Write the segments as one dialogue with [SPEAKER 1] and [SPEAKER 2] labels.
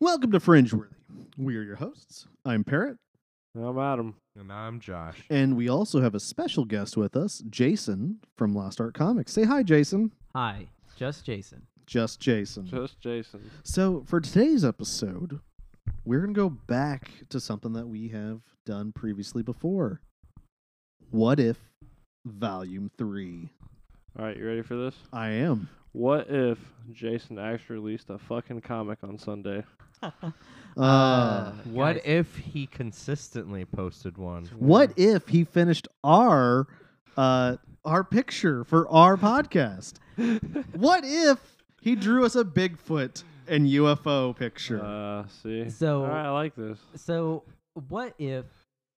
[SPEAKER 1] Welcome to Fringeworthy. We are your hosts. I'm Parrot,
[SPEAKER 2] I'm Adam.
[SPEAKER 3] And I'm Josh.
[SPEAKER 1] and we also have a special guest with us, Jason from Lost Art Comics. Say hi, Jason.
[SPEAKER 4] Hi, just Jason.
[SPEAKER 1] Just Jason.
[SPEAKER 2] Just Jason.
[SPEAKER 1] So, for today's episode, we're going to go back to something that we have done previously before. What if Volume 3?
[SPEAKER 2] All right, you ready for this?
[SPEAKER 1] I am.
[SPEAKER 2] What if Jason actually released a fucking comic on Sunday?
[SPEAKER 1] Uh,
[SPEAKER 3] what
[SPEAKER 4] guys,
[SPEAKER 3] if he consistently posted one?
[SPEAKER 1] what if he finished our uh, our picture for our podcast? what if he drew us a Bigfoot and UFO picture?
[SPEAKER 2] Uh, see.
[SPEAKER 4] So-
[SPEAKER 2] All right, I like this.
[SPEAKER 4] So, what if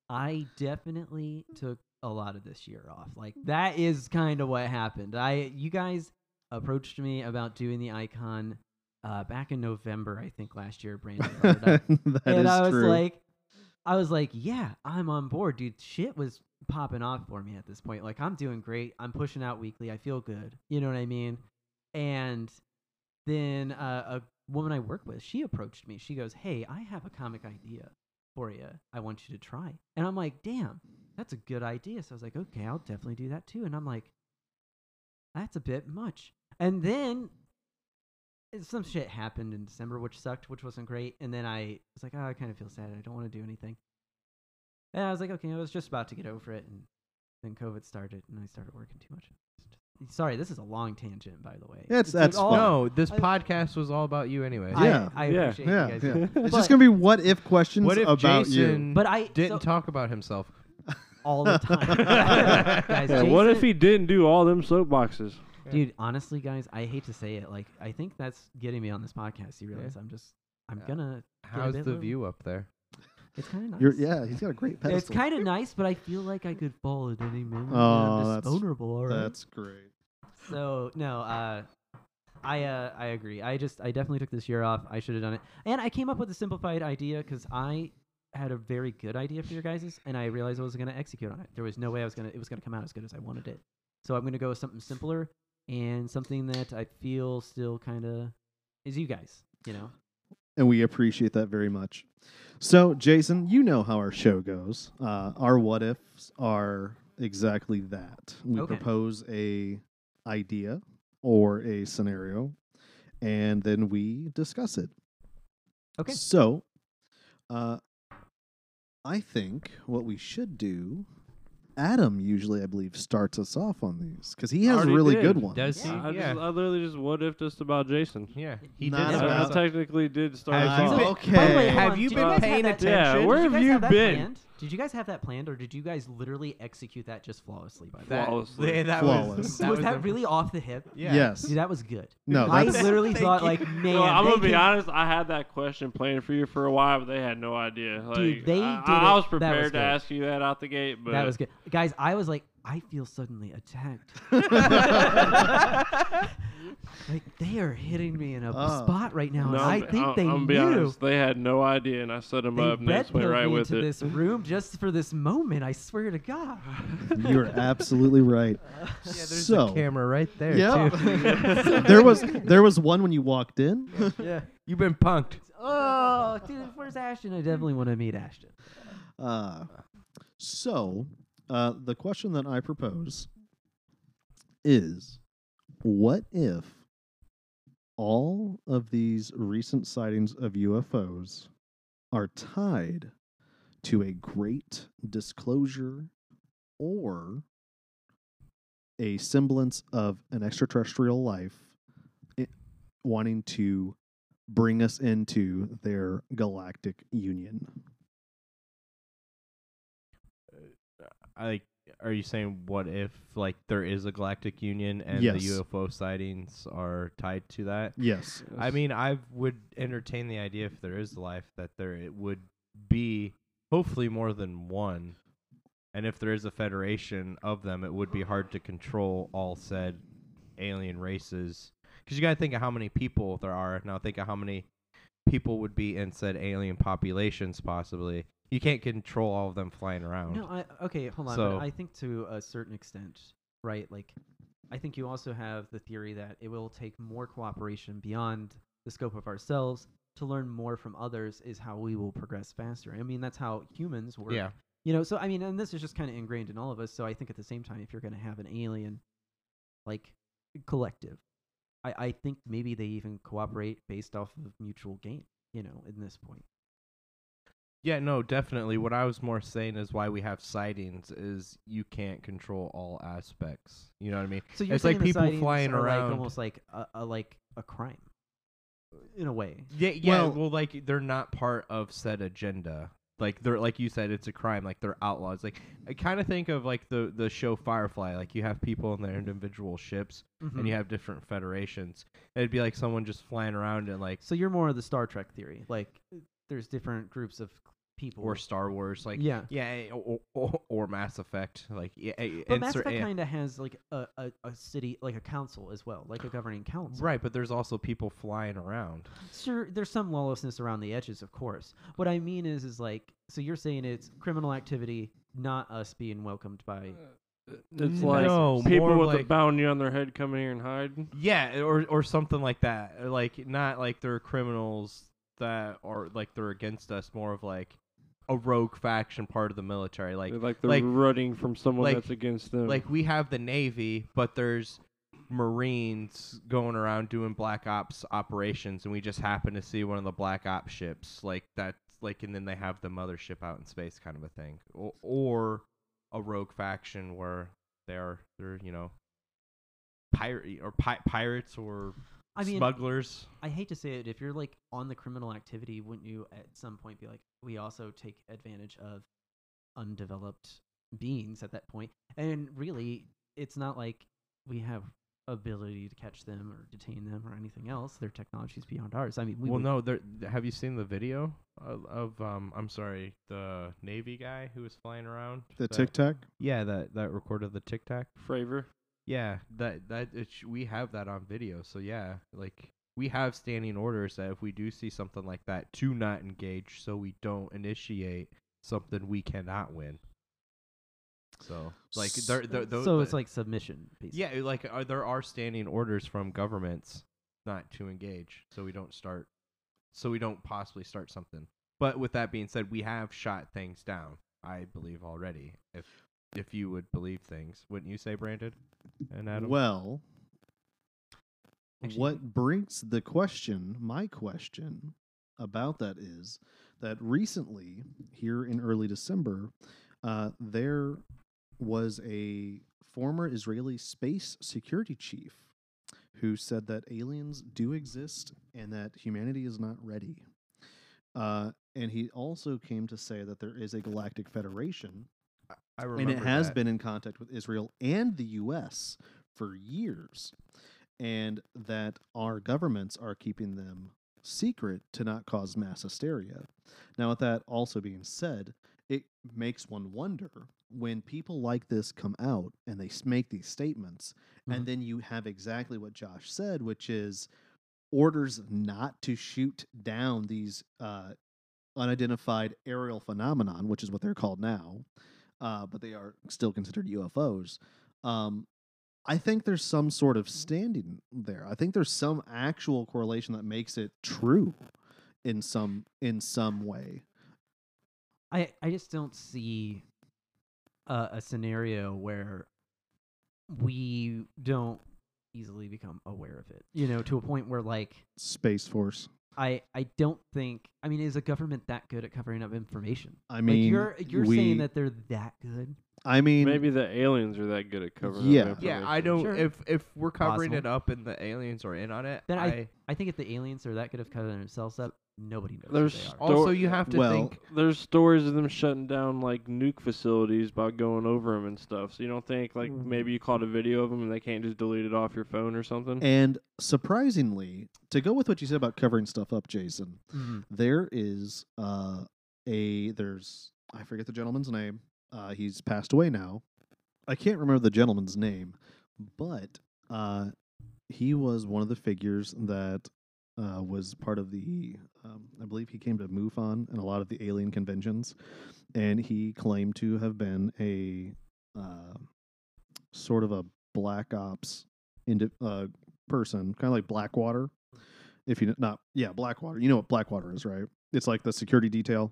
[SPEAKER 4] I definitely took a lot of this year off? Like that is kind of what happened. I you guys approached me about doing the icon uh, back in November, I think last year, Brandon. brought it up.
[SPEAKER 1] That is
[SPEAKER 4] and I was
[SPEAKER 1] true.
[SPEAKER 4] like, I was like, yeah, I'm on board, dude. Shit was popping off for me at this point. Like, I'm doing great. I'm pushing out weekly. I feel good. You know what I mean? And then uh, a woman I work with, she approached me. She goes, "Hey, I have a comic idea for you. I want you to try." And I'm like, "Damn, that's a good idea." So I was like, "Okay, I'll definitely do that too." And I'm like, "That's a bit much." And then and some shit happened in December, which sucked, which wasn't great. And then I was like, oh, I kind of feel sad. I don't want to do anything. And I was like, okay, I was just about to get over it. And then COVID started, and I started working too much. Sorry, this is a long tangent, by the way.
[SPEAKER 1] That's-
[SPEAKER 4] It's
[SPEAKER 1] that's
[SPEAKER 4] all-
[SPEAKER 1] fine.
[SPEAKER 3] No, this
[SPEAKER 4] I-
[SPEAKER 3] podcast was all about you anyway.
[SPEAKER 4] I,
[SPEAKER 1] Yeah.
[SPEAKER 4] I
[SPEAKER 2] Yeah.
[SPEAKER 4] appreciate
[SPEAKER 1] Yeah,
[SPEAKER 4] you guys.
[SPEAKER 1] yeah.
[SPEAKER 4] But,
[SPEAKER 1] it's just gonna be what if questions
[SPEAKER 3] what if
[SPEAKER 1] about
[SPEAKER 3] Jason
[SPEAKER 4] But I
[SPEAKER 3] didn't
[SPEAKER 4] so-
[SPEAKER 3] talk about himself?
[SPEAKER 4] all the time. guys,
[SPEAKER 2] Yeah, what if
[SPEAKER 4] Jason-
[SPEAKER 2] he didn't do all them soapboxes?
[SPEAKER 4] dude? Honestly, guys, I hate to say it. Like, I think that's getting me on this podcast. You realize I'm just, I'm
[SPEAKER 3] Yeah.
[SPEAKER 4] gonna. get a
[SPEAKER 3] How's
[SPEAKER 4] bit
[SPEAKER 3] the
[SPEAKER 4] low.
[SPEAKER 3] view up there?
[SPEAKER 4] It's kind of nice.
[SPEAKER 1] you. You're, yeah, he's got a great pedestal.
[SPEAKER 4] It's kind of nice, but I feel like I could fall at any moment. and
[SPEAKER 1] Oh,
[SPEAKER 4] I'm just
[SPEAKER 1] that's-
[SPEAKER 4] vulnerable. All right.
[SPEAKER 1] That's great.
[SPEAKER 4] So no, uh, I uh, I agree. I just I definitely took this year off. I should have done it. And I came up with a simplified idea because I had a very good idea for your guys's, and I realized I wasn't gonna execute on it. There was no way I was gonna it was gonna come out as good as I wanted it. So I'm gonna go with something simpler and something that I feel still kind of is you guys. You know.
[SPEAKER 1] and we appreciate that very much. So, Jason, you know how our show goes. Uh, our what ifs are exactly that. We
[SPEAKER 4] Okay.
[SPEAKER 1] propose a idea or a scenario, and then we discuss it.
[SPEAKER 4] Okay.
[SPEAKER 1] So, uh, I think what we should do. Adam usually, I believe, starts us off on these because he has
[SPEAKER 2] Already
[SPEAKER 1] really
[SPEAKER 2] did.
[SPEAKER 1] good ones.
[SPEAKER 3] Does
[SPEAKER 4] Yeah.
[SPEAKER 3] he?
[SPEAKER 2] I,
[SPEAKER 3] Yeah.
[SPEAKER 2] just, I literally just what if just about Jason.
[SPEAKER 3] yeah. He
[SPEAKER 1] Not
[SPEAKER 3] did.
[SPEAKER 2] I,
[SPEAKER 4] That's
[SPEAKER 2] I
[SPEAKER 1] about-
[SPEAKER 3] start-
[SPEAKER 2] technically did start. us
[SPEAKER 3] Have
[SPEAKER 2] off.
[SPEAKER 3] you been-
[SPEAKER 1] Okay.
[SPEAKER 4] By the way,
[SPEAKER 1] Hey.
[SPEAKER 4] hold
[SPEAKER 3] Oh, have
[SPEAKER 4] on,
[SPEAKER 3] you
[SPEAKER 4] do
[SPEAKER 2] been
[SPEAKER 4] guys have
[SPEAKER 3] paying
[SPEAKER 4] that-
[SPEAKER 2] Yeah,
[SPEAKER 3] attention?
[SPEAKER 4] Did
[SPEAKER 2] where have
[SPEAKER 4] guys
[SPEAKER 2] you
[SPEAKER 4] that
[SPEAKER 2] been?
[SPEAKER 4] Planned? Did you guys have that planned, or did you guys literally execute that just flawlessly? By the way,
[SPEAKER 3] That,
[SPEAKER 2] Flawlessly.
[SPEAKER 3] yeah, that
[SPEAKER 1] Flawless.
[SPEAKER 3] Was,
[SPEAKER 4] was,
[SPEAKER 3] that was
[SPEAKER 4] that
[SPEAKER 3] the-
[SPEAKER 4] really off the hip?
[SPEAKER 3] Yeah.
[SPEAKER 1] Yes.
[SPEAKER 4] Dude, that was good.
[SPEAKER 1] No,
[SPEAKER 4] I
[SPEAKER 1] that's-
[SPEAKER 4] literally
[SPEAKER 3] Thank
[SPEAKER 4] thought,
[SPEAKER 3] you.
[SPEAKER 4] like, man,
[SPEAKER 2] Well, I'm
[SPEAKER 4] they
[SPEAKER 2] gonna be
[SPEAKER 4] can-
[SPEAKER 2] honest. I had that question planned for you for a while, but they had no idea. Like,
[SPEAKER 4] Dude,
[SPEAKER 2] I,
[SPEAKER 4] they did
[SPEAKER 2] I
[SPEAKER 4] it.
[SPEAKER 2] was
[SPEAKER 4] That was
[SPEAKER 2] prepared to
[SPEAKER 4] good.
[SPEAKER 2] ask you that out the gate, but
[SPEAKER 4] that was good, guys. I was like, I feel suddenly attacked. like they are hitting me in a
[SPEAKER 1] Oh.
[SPEAKER 4] spot right now,
[SPEAKER 2] No,
[SPEAKER 4] and
[SPEAKER 2] I'm,
[SPEAKER 4] I think
[SPEAKER 2] I'm,
[SPEAKER 4] they
[SPEAKER 2] I'm gonna be
[SPEAKER 4] knew.
[SPEAKER 2] honest. They had no idea, and I set them
[SPEAKER 4] They
[SPEAKER 2] up, and they just
[SPEAKER 4] red-pilled
[SPEAKER 2] went right
[SPEAKER 4] me
[SPEAKER 2] with
[SPEAKER 4] into
[SPEAKER 2] it.
[SPEAKER 4] this room just for this moment. I swear to God.
[SPEAKER 1] You're absolutely right.
[SPEAKER 3] Yeah, there's
[SPEAKER 1] so,
[SPEAKER 3] a camera right there.
[SPEAKER 1] Yeah. there was there was one when you walked in.
[SPEAKER 3] Too. yeah. You've been punked.
[SPEAKER 4] oh, dude, where's Ashton? I definitely want to meet Ashton.
[SPEAKER 1] Uh, so, uh, the question that I propose is what if all of these recent sightings of UFOs are tied to a great disclosure or a semblance of an extraterrestrial life i- wanting to bring us into their galactic union?
[SPEAKER 3] Like, are you saying what if like there is a galactic union and
[SPEAKER 1] Yes.
[SPEAKER 3] the UFO sightings are tied to that?
[SPEAKER 1] Yes.
[SPEAKER 3] I mean, I would entertain the idea if there is life that there it would be hopefully more than one. And if there is a federation of them, it would be hard to control all said alien races. Because you got to think of how many people there are. Now think of how many people would be in said alien populations, possibly. You can't control all of them flying around.
[SPEAKER 4] No, I, okay, hold on.
[SPEAKER 3] So-
[SPEAKER 4] But I think to a certain extent, right? Like, I think you also have the theory that it will take more cooperation beyond the scope of ourselves to learn more from others is how we will progress faster. I mean, that's how humans work.
[SPEAKER 3] Yeah.
[SPEAKER 4] You know, so I mean, and this is just kind of ingrained in all of us. So I think at the same time, if you're going to have an alien like collective, I, I think maybe they even cooperate based off of mutual gain, you know, in this point.
[SPEAKER 3] Yeah, no, definitely. What I was more saying is why we have sightings is you can't control all aspects. You know what I mean?
[SPEAKER 4] So you're
[SPEAKER 3] It's like
[SPEAKER 4] saying the
[SPEAKER 3] people
[SPEAKER 4] sightings
[SPEAKER 3] flying
[SPEAKER 4] are, like,
[SPEAKER 3] around.
[SPEAKER 4] almost like a, a like a crime, in a way.
[SPEAKER 3] Yeah, yeah.
[SPEAKER 1] Well-
[SPEAKER 3] Well, like they're not part of said agenda. Like they're like you said, it's a crime. Like they're outlaws. Like I kind of think of like the the show Firefly. Like you have people in their individual ships,
[SPEAKER 4] Mm-hmm.
[SPEAKER 3] and you have different federations. It'd be like someone just flying around and like
[SPEAKER 4] So you're more of the Star Trek theory. Like uh, there's different groups of people.
[SPEAKER 3] or Star Wars. Like
[SPEAKER 4] yeah.
[SPEAKER 3] yeah, eh, or, or, or Mass Effect. Like yeah,
[SPEAKER 4] But
[SPEAKER 3] and
[SPEAKER 4] Mass
[SPEAKER 3] cer-
[SPEAKER 4] Effect
[SPEAKER 3] yeah.
[SPEAKER 4] kind of has like a, a, a city, like a council as well, like a governing council.
[SPEAKER 3] right. But there's also people flying around.
[SPEAKER 4] Sure, there's some lawlessness around the edges, of course. What I mean is, is like, so you're saying it's criminal activity, not us being welcomed by.
[SPEAKER 2] It's
[SPEAKER 4] No,
[SPEAKER 2] like
[SPEAKER 3] more
[SPEAKER 2] people with a
[SPEAKER 3] like-
[SPEAKER 2] bounty on their head coming here and hiding.
[SPEAKER 3] Yeah, or or something like that. Or, Like not like they're criminals that are like they're against us. More of like a rogue faction part of the military. Like
[SPEAKER 2] They're like they're
[SPEAKER 3] like-
[SPEAKER 2] running from someone
[SPEAKER 3] like-
[SPEAKER 2] that's against them.
[SPEAKER 3] like we have the navy, but there's marines going around doing black ops operations, and we just happen to see one of the black ops ships. Like that's like, and then they have the mothership out in space, kind of a thing, or, or a rogue faction where they're they're you know pirate or pi- pirates or
[SPEAKER 4] I mean,
[SPEAKER 3] smugglers.
[SPEAKER 4] I hate to say it, if you're like on the criminal activity, wouldn't you at some point be like, we also take advantage of undeveloped beings at that point? And really, it's not like we have ability to catch them or detain them or anything else. Their technology is beyond ours. I mean, we
[SPEAKER 3] well,
[SPEAKER 4] would-
[SPEAKER 3] no. There, th- have you seen the video of, of um? I'm sorry, the Navy guy who was flying around.
[SPEAKER 1] The
[SPEAKER 3] that-
[SPEAKER 1] Tic Tac.
[SPEAKER 3] Yeah, that that recorded the Tic Tac.
[SPEAKER 2] Fravor.
[SPEAKER 3] Yeah, that that it sh- we have that on video. So yeah, like we have standing orders that if we do see something like that, to not engage, so we don't initiate something we cannot win. So like
[SPEAKER 1] S-
[SPEAKER 3] there, there, tho-
[SPEAKER 4] so it's
[SPEAKER 3] the-
[SPEAKER 4] like submission, basically.
[SPEAKER 3] yeah, like uh, there are standing orders from governments not to engage, so we don't start, so we don't possibly start something. But with that being said, we have shot things down. I believe already. If if you would believe things, wouldn't you say, Brandon and Adam?
[SPEAKER 1] Well,
[SPEAKER 4] Actually-
[SPEAKER 1] what brings the question, my question about that is that recently, here in early December, uh, there was a former Israeli space security chief who said that aliens do exist and that humanity is not ready. Uh, and he also came to say that there is a galactic federation
[SPEAKER 3] I
[SPEAKER 1] and
[SPEAKER 3] remember
[SPEAKER 1] it has
[SPEAKER 3] that.
[SPEAKER 1] been in contact with Israel and the U.S. for years, and that our governments are keeping them secret to not cause mass hysteria. Now, with that also being said, it makes one wonder when people like this come out and they s- make these statements,
[SPEAKER 4] Mhm.
[SPEAKER 3] Mm-hmm.
[SPEAKER 1] and then you have exactly what Josh said, which is orders not to shoot down these uh, unidentified aerial phenomenon, which is what they're called now, uh, but they are still considered UFOs. Um, I think there's some sort
[SPEAKER 4] Mm.
[SPEAKER 1] of standing there. I think there's some actual correlation that makes it true in some in some way.
[SPEAKER 4] I I just don't see a, a scenario where we don't easily become aware of it. You know, to a point where like
[SPEAKER 1] Space Force.
[SPEAKER 4] I I don't think I mean is a government that good at covering up information?
[SPEAKER 1] I mean,
[SPEAKER 4] like you're you're
[SPEAKER 1] we-
[SPEAKER 4] saying that they're that good?
[SPEAKER 1] I mean,
[SPEAKER 2] Maybe the aliens are that good at covering. up
[SPEAKER 1] Yeah.
[SPEAKER 3] Yeah, I
[SPEAKER 2] information.
[SPEAKER 3] don't.
[SPEAKER 4] Sure.
[SPEAKER 3] If if we're covering
[SPEAKER 4] Possible.
[SPEAKER 3] it up and the aliens are in on it,
[SPEAKER 4] Then I-
[SPEAKER 3] I,
[SPEAKER 4] I think if the aliens are that good at covering themselves up, nobody knows who
[SPEAKER 2] There's
[SPEAKER 4] they are.
[SPEAKER 2] all-
[SPEAKER 3] also
[SPEAKER 2] Don't-
[SPEAKER 3] you have to
[SPEAKER 1] Well-
[SPEAKER 3] think.
[SPEAKER 2] There's stories of them shutting down like nuke facilities by going over them and stuff. So you don't think like
[SPEAKER 4] Mm.
[SPEAKER 2] maybe you caught a video of them and they can't just delete it off your phone or something?
[SPEAKER 1] and surprisingly, to go with what you said about covering stuff up, Jason,
[SPEAKER 4] Mhm.
[SPEAKER 1] there is uh, a there's I forget the gentleman's name. Uh, he's passed away now. I can't remember the gentleman's name, but uh, he was one of the figures that uh, was part of the. Um, I believe he came to MUFON and a lot of the alien conventions, and he claimed to have been a uh, sort of a black ops into, uh, person, kind of like Blackwater, If you not, yeah, Blackwater. You know what Blackwater is, right? It's like the security detail.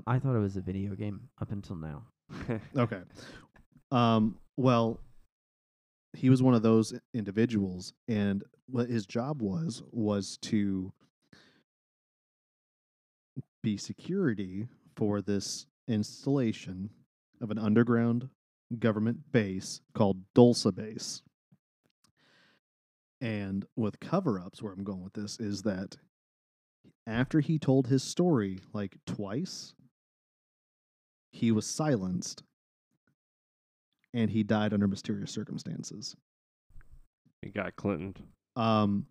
[SPEAKER 1] Uh,
[SPEAKER 4] I thought it was a video game up until now.
[SPEAKER 1] Okay. Um, well, he was one of those individuals, and what his job was was to be security for this installation of an underground government base called Dulce Base. And with cover ups, where I'm going with this is that after he told his story like twice, he was silenced and he died under mysterious circumstances.
[SPEAKER 2] He got Clinton.
[SPEAKER 1] Um,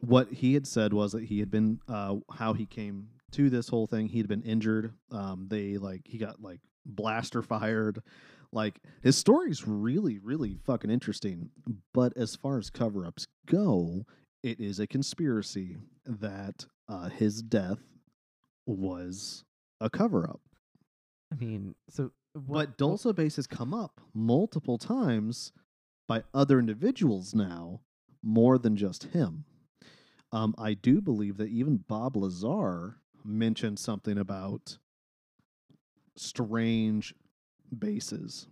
[SPEAKER 1] what he had said was that he had been uh, how he came to this whole thing. He'd been injured. Um, they like he got like blaster fired. Like his story's really, really fucking interesting. But as far as cover ups go, it is a conspiracy that uh, his death was a cover up.
[SPEAKER 4] I mean, so what,
[SPEAKER 1] But Dulce Base has come up multiple times by other individuals now, more than just him. Um, I do believe that even Bob Lazar mentioned something about strange bases.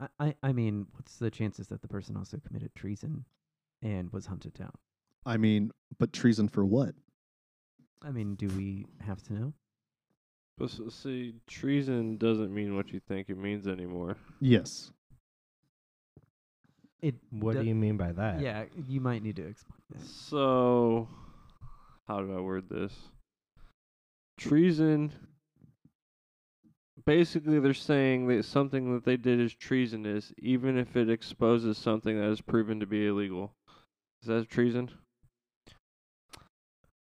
[SPEAKER 4] I, I, I mean, what's the chances that the person also committed treason and was hunted down?
[SPEAKER 1] I mean, but treason for what?
[SPEAKER 4] I mean, do we have to know?
[SPEAKER 2] But s- see, treason doesn't mean what you think it means anymore.
[SPEAKER 1] Yes.
[SPEAKER 4] It.
[SPEAKER 3] What
[SPEAKER 4] do-
[SPEAKER 3] do you mean by that?
[SPEAKER 4] Yeah, you might need to explain this.
[SPEAKER 2] So, how do I word this? Treason. Basically, they're saying that something that they did is treasonous, even if it exposes something that is proven to be illegal. Is that treason?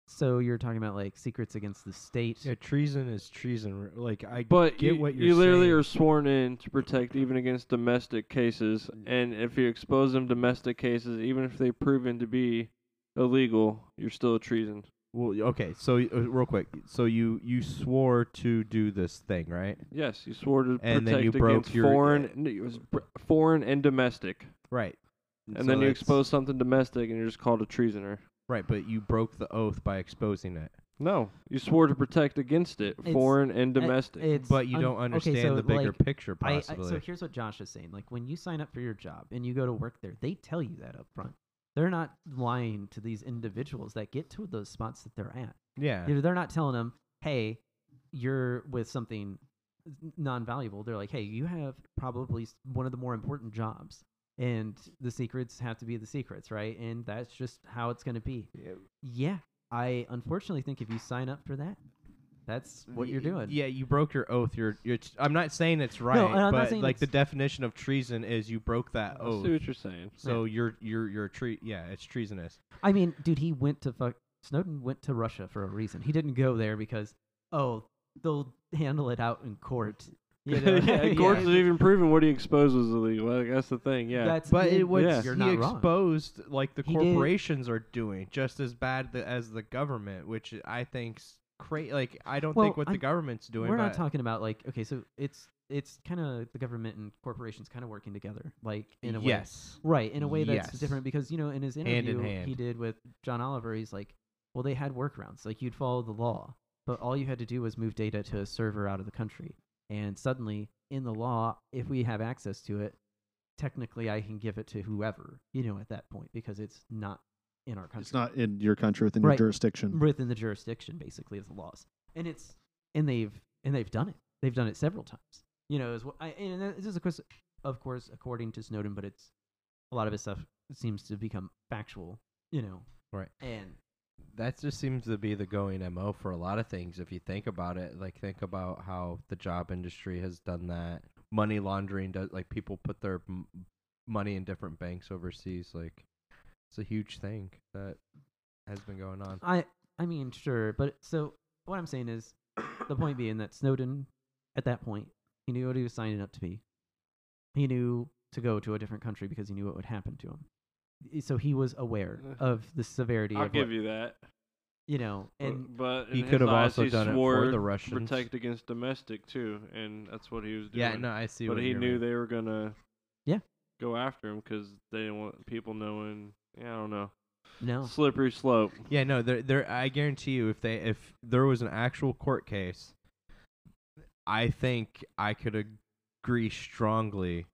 [SPEAKER 4] So you're talking about like secrets against the state.
[SPEAKER 3] Yeah, treason is treason. Like I
[SPEAKER 2] But
[SPEAKER 3] get
[SPEAKER 2] you,
[SPEAKER 3] what
[SPEAKER 2] you
[SPEAKER 3] you're
[SPEAKER 2] literally
[SPEAKER 3] saying.
[SPEAKER 2] are sworn in to protect even against domestic cases,
[SPEAKER 3] Mm.
[SPEAKER 2] and if you expose them domestic cases, even if they proven to be illegal, you're still a treason.
[SPEAKER 3] Well, y- okay. So y- uh, real quick, so you you swore to do this thing, right?
[SPEAKER 2] Yes, you swore to protect
[SPEAKER 3] And then you
[SPEAKER 2] against
[SPEAKER 3] broke your-
[SPEAKER 2] foreign, n- it was br- foreign and domestic,
[SPEAKER 3] Right.
[SPEAKER 2] and then you expose something domestic, and you're just called a treasoner.
[SPEAKER 3] Right, but you broke the oath by exposing it.
[SPEAKER 2] No, you swore to protect against it,
[SPEAKER 4] It's-
[SPEAKER 2] foreign and
[SPEAKER 4] Uh,
[SPEAKER 2] domestic.
[SPEAKER 4] it's
[SPEAKER 3] but you
[SPEAKER 4] un-
[SPEAKER 3] don't understand
[SPEAKER 4] okay, so
[SPEAKER 3] the bigger
[SPEAKER 4] like,
[SPEAKER 3] picture,
[SPEAKER 4] I, I,
[SPEAKER 3] possibly.
[SPEAKER 4] so here's what Josh is saying. Like when you sign up for your job and you go to work there, they tell you that up front. They're not lying to these individuals that get to those spots that they're at.
[SPEAKER 3] yeah.
[SPEAKER 4] You know, they're not telling them, "Hey, you're with something non-valuable." They're like, "Hey, you have probably s- one of the more important jobs, and the secrets have to be the secrets, right?" And that's just how it's going to be. Yeah, I unfortunately think if you sign up for that, that's what you're
[SPEAKER 3] Y-
[SPEAKER 4] doing.
[SPEAKER 3] Yeah, you broke your oath. You're, you're. t- I'm not saying it's right,
[SPEAKER 4] and I'm not
[SPEAKER 3] but
[SPEAKER 4] saying
[SPEAKER 3] like the
[SPEAKER 4] it's-
[SPEAKER 3] definition of treason is you broke that
[SPEAKER 2] I see
[SPEAKER 3] oath.
[SPEAKER 2] what you're saying.
[SPEAKER 3] So you're you're you're tre- Yeah, it's treasonous.
[SPEAKER 4] I mean, dude, he went to fuck. Snowden went to Russia for a reason. He didn't go there because oh, they'll handle it out in court. You know?
[SPEAKER 2] yeah,
[SPEAKER 4] Yeah.
[SPEAKER 2] of course, it's even proven what he exposed was illegal. Like, that's the thing. Yeah,
[SPEAKER 4] That's
[SPEAKER 3] But it
[SPEAKER 4] it
[SPEAKER 3] was
[SPEAKER 2] Yeah.
[SPEAKER 4] you're
[SPEAKER 3] he
[SPEAKER 4] not wrong.
[SPEAKER 3] exposed like the
[SPEAKER 4] He did-
[SPEAKER 3] corporations are doing just as bad th- as the government, which I think's crazy. Like I don't
[SPEAKER 4] Well,
[SPEAKER 3] think what the
[SPEAKER 4] I'm-
[SPEAKER 3] government's doing.
[SPEAKER 4] We're not
[SPEAKER 3] but-
[SPEAKER 4] talking about like okay, so it's it's kind of the government and corporations kind of working together, like in a way.
[SPEAKER 3] yes.
[SPEAKER 4] Right, in a way that's
[SPEAKER 3] Yes.
[SPEAKER 4] different because you know in his
[SPEAKER 3] in
[SPEAKER 4] interview he
[SPEAKER 3] hand.
[SPEAKER 4] did with John Oliver, he's like, well, they had workarounds. Like you'd follow the law, but all you had to do was move data to a server out of the country, and suddenly in the law, if we have access to it, technically I can give it to whoever you know at that point because it's not in our country
[SPEAKER 1] It's not in your country within your
[SPEAKER 4] Right.
[SPEAKER 1] jurisdiction.
[SPEAKER 4] within the jurisdiction basically of the laws and it's and they've and they've done it they've done it several times you know as well I, and that- this is of course of course according to snowden but it's a lot of his stuff seems to become factual you know
[SPEAKER 3] Right.
[SPEAKER 4] and
[SPEAKER 3] That just seems to be the going MO for a lot of things if you think about it. Like think about how the job industry has done that. Money laundering does like people put their m- money in different banks overseas like it's a huge thing that has been going on.
[SPEAKER 4] i i mean sure but so what i'm saying is the point being that snowden at that point he knew what he was signing up to be he knew to go to a different country because he knew what would happen to him Y- so he was aware
[SPEAKER 2] Uh,
[SPEAKER 4] of the severity
[SPEAKER 2] I'll
[SPEAKER 4] of
[SPEAKER 2] give
[SPEAKER 4] what,
[SPEAKER 2] you that.
[SPEAKER 4] you know
[SPEAKER 2] Bu-
[SPEAKER 4] and
[SPEAKER 2] but
[SPEAKER 3] he
[SPEAKER 2] in
[SPEAKER 3] could
[SPEAKER 2] his
[SPEAKER 3] have
[SPEAKER 2] eyes,
[SPEAKER 3] also
[SPEAKER 2] he
[SPEAKER 3] done it
[SPEAKER 2] swore
[SPEAKER 3] for the
[SPEAKER 2] to
[SPEAKER 3] Russians.
[SPEAKER 2] protect against domestic too, and that's what he was doing.
[SPEAKER 3] yeah, no, I see
[SPEAKER 2] but
[SPEAKER 3] what
[SPEAKER 2] he
[SPEAKER 3] you're
[SPEAKER 2] knew
[SPEAKER 3] mean.
[SPEAKER 2] they were gonna
[SPEAKER 4] Yeah.
[SPEAKER 2] go after him because they didn't want people knowing yeah, I don't know.
[SPEAKER 3] Oh.
[SPEAKER 4] No.
[SPEAKER 2] Slippery slope.
[SPEAKER 3] Yeah, no, there, there. I guarantee you, if they, if there was an actual court case, I think I could agree strongly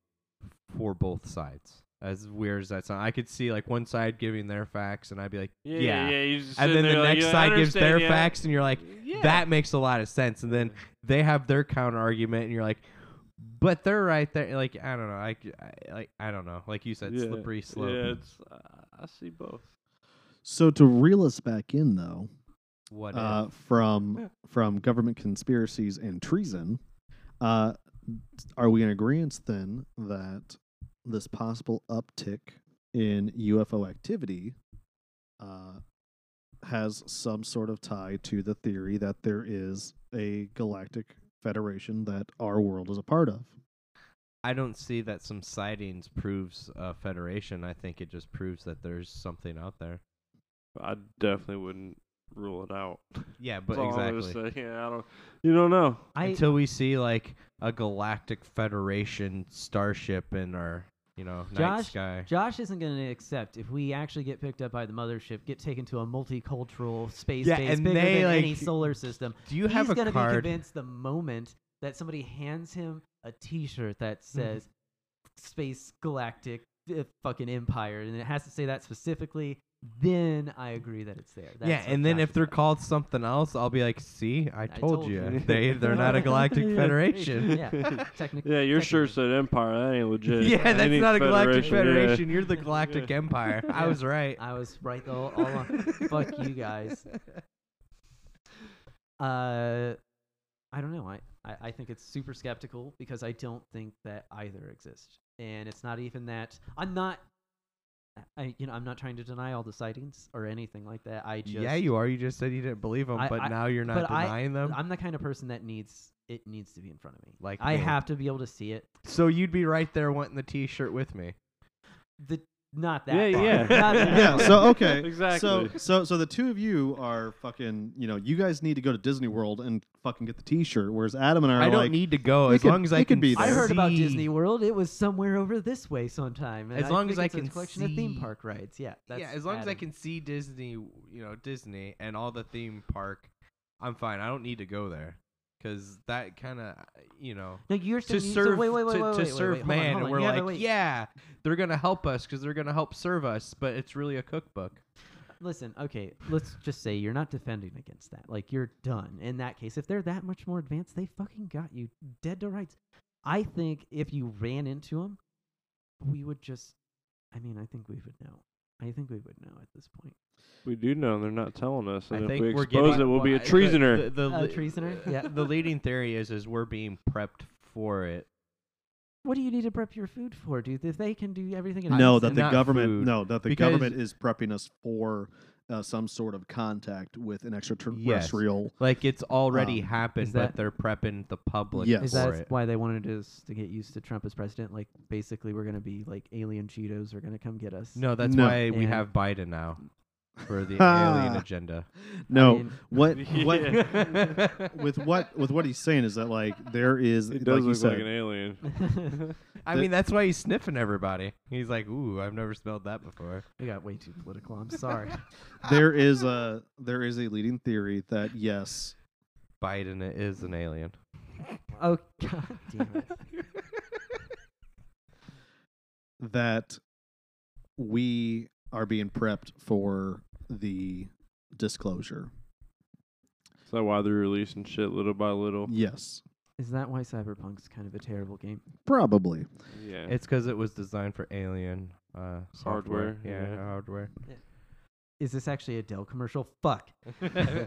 [SPEAKER 3] for both sides. As weird as that sounds, I could see like one side giving their facts, and I'd be like,
[SPEAKER 2] Yeah,
[SPEAKER 3] Yeah.
[SPEAKER 2] yeah. you just
[SPEAKER 3] and
[SPEAKER 2] sit
[SPEAKER 3] then
[SPEAKER 2] there
[SPEAKER 3] the
[SPEAKER 2] like,
[SPEAKER 3] next
[SPEAKER 2] "Yeah, I
[SPEAKER 3] side gives their
[SPEAKER 2] understand, yeah."
[SPEAKER 3] facts, and you're like,
[SPEAKER 2] Yeah.
[SPEAKER 3] that makes a lot of sense. And then they have their counter argument, and you're like, but they're right there. Like I don't know, I, c- I- like I don't know, like you said,
[SPEAKER 2] Yeah,
[SPEAKER 3] slippery slope.
[SPEAKER 2] Yeah, it's uh, I see both.
[SPEAKER 1] So to reel us back in, though,
[SPEAKER 3] What?
[SPEAKER 1] uh,
[SPEAKER 3] if?
[SPEAKER 1] from from government conspiracies and treason, uh, are we in agreement then that this possible uptick in UFO activity uh, has some sort of tie to the theory that there is a galactic federation that our world is a part of?
[SPEAKER 3] I don't see that some sightings proves uh, federation. I think it just proves that there's something out there.
[SPEAKER 2] I definitely wouldn't rule it out.
[SPEAKER 3] Yeah, but
[SPEAKER 2] That's all I'm gonna
[SPEAKER 3] exactly.
[SPEAKER 2] say. Yeah, I don't. You don't know.
[SPEAKER 4] I
[SPEAKER 3] Until we see like a galactic federation starship in our, you know, night
[SPEAKER 4] Josh,
[SPEAKER 3] sky.
[SPEAKER 4] Josh isn't going to accept if we actually get picked up by the mothership, get taken to a multicultural space
[SPEAKER 3] Yeah,
[SPEAKER 4] base
[SPEAKER 3] and
[SPEAKER 4] bigger
[SPEAKER 3] they,
[SPEAKER 4] than
[SPEAKER 3] like-
[SPEAKER 4] any solar system.
[SPEAKER 3] Do you have
[SPEAKER 4] He's
[SPEAKER 3] a
[SPEAKER 4] gonna be
[SPEAKER 3] card?
[SPEAKER 4] convinced the moment that somebody hands him a T-shirt that
[SPEAKER 3] Mm-hmm.
[SPEAKER 4] says "Space Galactic uh, Fucking Empire" and it has to say that specifically. Then I agree that it's there. That's
[SPEAKER 3] yeah,
[SPEAKER 4] what
[SPEAKER 3] and then
[SPEAKER 4] Josh
[SPEAKER 3] if
[SPEAKER 4] is
[SPEAKER 3] they're
[SPEAKER 4] about.
[SPEAKER 3] called something else, I'll be like, "See, I told,
[SPEAKER 4] told
[SPEAKER 3] you.
[SPEAKER 4] you."
[SPEAKER 3] they they're not a galactic
[SPEAKER 2] Yeah.
[SPEAKER 3] federation."
[SPEAKER 4] yeah, technic-
[SPEAKER 2] Yeah, your shirt
[SPEAKER 4] technically.
[SPEAKER 2] said Empire. That ain't legit.
[SPEAKER 3] yeah,
[SPEAKER 2] That
[SPEAKER 3] that's
[SPEAKER 2] ain't
[SPEAKER 3] not a galactic
[SPEAKER 2] yeah.
[SPEAKER 3] federation. You're the galactic empire. I
[SPEAKER 4] Yeah.
[SPEAKER 3] was right.
[SPEAKER 4] I was right all, all along. Fuck you guys. Uh, I don't know. I, I, I think it's super skeptical because I don't think that either exists. And it's not even that I'm not. I you know I'm not trying to deny all the sightings or anything like that. I just
[SPEAKER 3] yeah, you are. You just said you didn't believe them,
[SPEAKER 4] I-
[SPEAKER 3] but
[SPEAKER 4] I-
[SPEAKER 3] now you're not
[SPEAKER 4] but I-
[SPEAKER 3] denying them.
[SPEAKER 4] I'm the kind of person that needs it needs to be in front of me.
[SPEAKER 3] Like
[SPEAKER 4] I
[SPEAKER 3] me.
[SPEAKER 4] have to be able to see it.
[SPEAKER 3] So you'd be right there wanting the T-shirt with me.
[SPEAKER 4] The not that.
[SPEAKER 2] Yeah,
[SPEAKER 4] far.
[SPEAKER 2] yeah.
[SPEAKER 4] Not that
[SPEAKER 1] yeah.
[SPEAKER 4] far.
[SPEAKER 1] So okay. So
[SPEAKER 2] Exactly.
[SPEAKER 1] so so the two of you are fucking. You know, you guys need to go to Disney World and fucking get the T-shirt. Whereas Adam and I are
[SPEAKER 3] I don't
[SPEAKER 1] like,
[SPEAKER 3] need to go
[SPEAKER 1] we
[SPEAKER 3] as
[SPEAKER 1] could-
[SPEAKER 3] long as I
[SPEAKER 1] we could
[SPEAKER 3] can
[SPEAKER 1] be
[SPEAKER 3] see.
[SPEAKER 1] there.
[SPEAKER 4] I heard about
[SPEAKER 3] See.
[SPEAKER 4] Disney World. It was somewhere over this way sometime. and
[SPEAKER 3] As long
[SPEAKER 4] think
[SPEAKER 3] as I
[SPEAKER 4] it's a
[SPEAKER 3] can
[SPEAKER 4] collection of theme
[SPEAKER 3] see-
[SPEAKER 4] park rides. Yeah, that's
[SPEAKER 3] yeah, as long as I
[SPEAKER 4] Adam.
[SPEAKER 3] can see Disney, you know, Disney and all the theme park, I'm fine. I don't need to go there because that kind of, you know,
[SPEAKER 4] No, you're
[SPEAKER 3] to
[SPEAKER 4] saying- so
[SPEAKER 3] serve
[SPEAKER 4] wait, wait, wait,
[SPEAKER 3] to,
[SPEAKER 4] wait,
[SPEAKER 3] to
[SPEAKER 4] wait, wait,
[SPEAKER 3] serve
[SPEAKER 4] wait, hold on,
[SPEAKER 3] man,
[SPEAKER 4] hold
[SPEAKER 3] and
[SPEAKER 4] on.
[SPEAKER 3] we're
[SPEAKER 4] Yeah, but
[SPEAKER 3] like,
[SPEAKER 4] wait.
[SPEAKER 3] yeah, they're gonna help us because they're gonna help serve us, but it's really a cookbook.
[SPEAKER 4] Listen, okay, let's just say you're not defending against that. Like you're done. In that case, if they're that much more advanced, they fucking got you dead to rights. I think if you ran into them, we would just. I mean, I think we would know. I think we would know at this point.
[SPEAKER 2] We do know they're not telling us, and
[SPEAKER 3] I
[SPEAKER 2] if
[SPEAKER 3] think
[SPEAKER 2] we
[SPEAKER 3] we're
[SPEAKER 2] expose
[SPEAKER 3] getting,
[SPEAKER 2] it, we'll be a
[SPEAKER 3] the-
[SPEAKER 2] treasoner.
[SPEAKER 3] The, the,
[SPEAKER 4] A
[SPEAKER 3] le-
[SPEAKER 4] treasoner?
[SPEAKER 3] uh,
[SPEAKER 4] Yeah.
[SPEAKER 3] the leading theory is is we're being prepped for it.
[SPEAKER 4] What do you need to prep your food for, dude? If they can do everything, in
[SPEAKER 1] No,
[SPEAKER 4] advance,
[SPEAKER 1] that
[SPEAKER 4] then
[SPEAKER 1] the
[SPEAKER 3] not
[SPEAKER 1] government
[SPEAKER 3] food.
[SPEAKER 1] no that the
[SPEAKER 3] Because-
[SPEAKER 1] government is prepping us for uh, some sort of contact with an extraterrestrial.
[SPEAKER 3] Like it's already
[SPEAKER 1] Um,
[SPEAKER 3] happened,
[SPEAKER 4] is
[SPEAKER 3] but
[SPEAKER 4] that-
[SPEAKER 3] they're prepping the public
[SPEAKER 1] Yes.
[SPEAKER 4] Is
[SPEAKER 3] for
[SPEAKER 4] that
[SPEAKER 3] it.
[SPEAKER 4] why they wanted us to get used to Trump as president? Like, basically, we're gonna be like alien Cheetos are gonna come get us.
[SPEAKER 3] No, that's
[SPEAKER 1] No.
[SPEAKER 3] why we
[SPEAKER 4] And-
[SPEAKER 3] have Biden now for the alien agenda.
[SPEAKER 1] No,
[SPEAKER 4] mean-
[SPEAKER 1] what what
[SPEAKER 2] Yeah.
[SPEAKER 1] with what with what he's saying is that like there is
[SPEAKER 2] it
[SPEAKER 1] like
[SPEAKER 2] does
[SPEAKER 1] you
[SPEAKER 2] look
[SPEAKER 1] said
[SPEAKER 2] like an alien.
[SPEAKER 3] I mean, that's why he's sniffing everybody. He's like, "Ooh, I've never smelled that before."
[SPEAKER 4] we got way too political. I'm sorry.
[SPEAKER 1] there is a there is a leading theory that yes
[SPEAKER 3] Biden is an alien.
[SPEAKER 4] oh god damn it.
[SPEAKER 1] that we are being prepped for the disclosure.
[SPEAKER 2] Is that why they're releasing shit little by little?
[SPEAKER 1] Yes,
[SPEAKER 4] Is that why Cyberpunk's kind of a terrible game?
[SPEAKER 1] probably.
[SPEAKER 2] Yeah.
[SPEAKER 3] It's because it was designed for alien uh, software.
[SPEAKER 2] Hardware,
[SPEAKER 3] Yeah,
[SPEAKER 2] yeah.
[SPEAKER 3] hardware.
[SPEAKER 4] Is this actually a Dell commercial? Fuck.
[SPEAKER 3] Why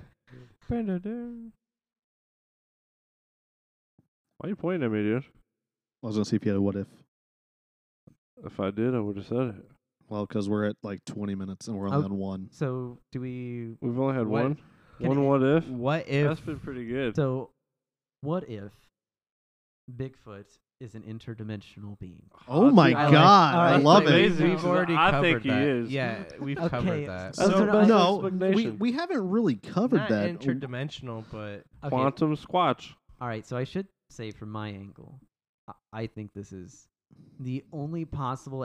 [SPEAKER 2] Why you pointing at me, dude?
[SPEAKER 1] I was gonna see if you had a what if.
[SPEAKER 2] If I did, I would have said it.
[SPEAKER 1] Well, because we're at like 20 minutes and we're only
[SPEAKER 4] Oh.
[SPEAKER 1] on one.
[SPEAKER 4] So do we?
[SPEAKER 2] We've only had
[SPEAKER 3] What-
[SPEAKER 2] one.
[SPEAKER 3] can
[SPEAKER 2] one what
[SPEAKER 3] it-
[SPEAKER 2] if?
[SPEAKER 3] What
[SPEAKER 2] That's
[SPEAKER 3] if?
[SPEAKER 2] been pretty good.
[SPEAKER 4] So, what if Bigfoot is an interdimensional being?
[SPEAKER 1] Oh my
[SPEAKER 4] I like-
[SPEAKER 1] god,
[SPEAKER 4] all
[SPEAKER 1] I
[SPEAKER 4] right,
[SPEAKER 1] love
[SPEAKER 4] so
[SPEAKER 1] it.
[SPEAKER 4] Amazing.
[SPEAKER 3] We've
[SPEAKER 4] So
[SPEAKER 3] already
[SPEAKER 2] I think
[SPEAKER 3] covered
[SPEAKER 2] he
[SPEAKER 3] that.
[SPEAKER 2] is.
[SPEAKER 3] Yeah, we've
[SPEAKER 4] Okay,
[SPEAKER 3] covered that.
[SPEAKER 4] so-
[SPEAKER 1] So,
[SPEAKER 4] That's what I-
[SPEAKER 1] no, we,
[SPEAKER 2] explanation.
[SPEAKER 1] we haven't really covered
[SPEAKER 3] not
[SPEAKER 1] that.
[SPEAKER 3] interdimensional, but
[SPEAKER 4] Okay.
[SPEAKER 2] Quantum Squatch.
[SPEAKER 4] All right. So I should say from my angle, I, I think this is the only possible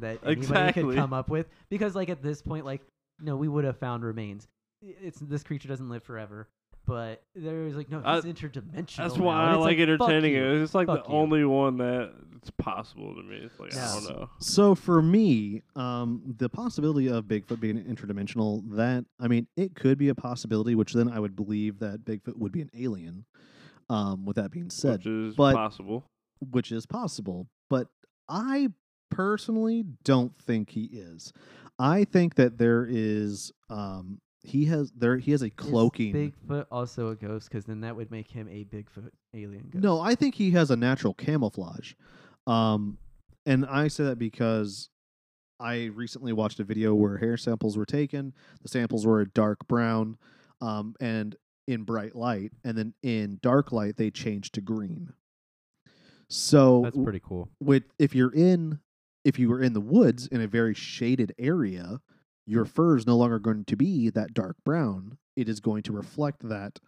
[SPEAKER 4] that anybody
[SPEAKER 2] Exactly.
[SPEAKER 4] could come up with because like at this point like no we would have found remains I- it's this creature doesn't live forever but there's like no
[SPEAKER 2] I-
[SPEAKER 4] it's interdimensional
[SPEAKER 2] Uh, That's
[SPEAKER 4] now.
[SPEAKER 2] why
[SPEAKER 4] And
[SPEAKER 2] I
[SPEAKER 4] it's
[SPEAKER 2] like
[SPEAKER 4] fuck
[SPEAKER 2] entertaining
[SPEAKER 4] you.
[SPEAKER 2] it. It's like the
[SPEAKER 4] Fuck you.
[SPEAKER 2] only one that it's possible to me. It's like I
[SPEAKER 4] Yeah.
[SPEAKER 2] don't know.
[SPEAKER 1] So for me, um, the possibility of Bigfoot being interdimensional, that I mean, it could be a possibility, which then I would believe that Bigfoot would be an alien. Um, with that being said,
[SPEAKER 2] Which is
[SPEAKER 1] but-
[SPEAKER 2] possible.
[SPEAKER 1] which is possible, but I personally don't think he is. I think that there is um he has there he has a
[SPEAKER 4] Is
[SPEAKER 1] cloaking
[SPEAKER 4] Bigfoot also a ghost because then that would make him a Bigfoot alien ghost.
[SPEAKER 1] No, I think he has a natural camouflage. Um, and I say that because I recently watched a video where hair samples were taken. The samples were a dark brown um, and in bright light. And then in dark light, they changed to green. So
[SPEAKER 3] That's pretty cool.
[SPEAKER 1] with if you're in if you were in the woods in a very shaded area, your fur is no longer going to be that dark brown. It is going to reflect that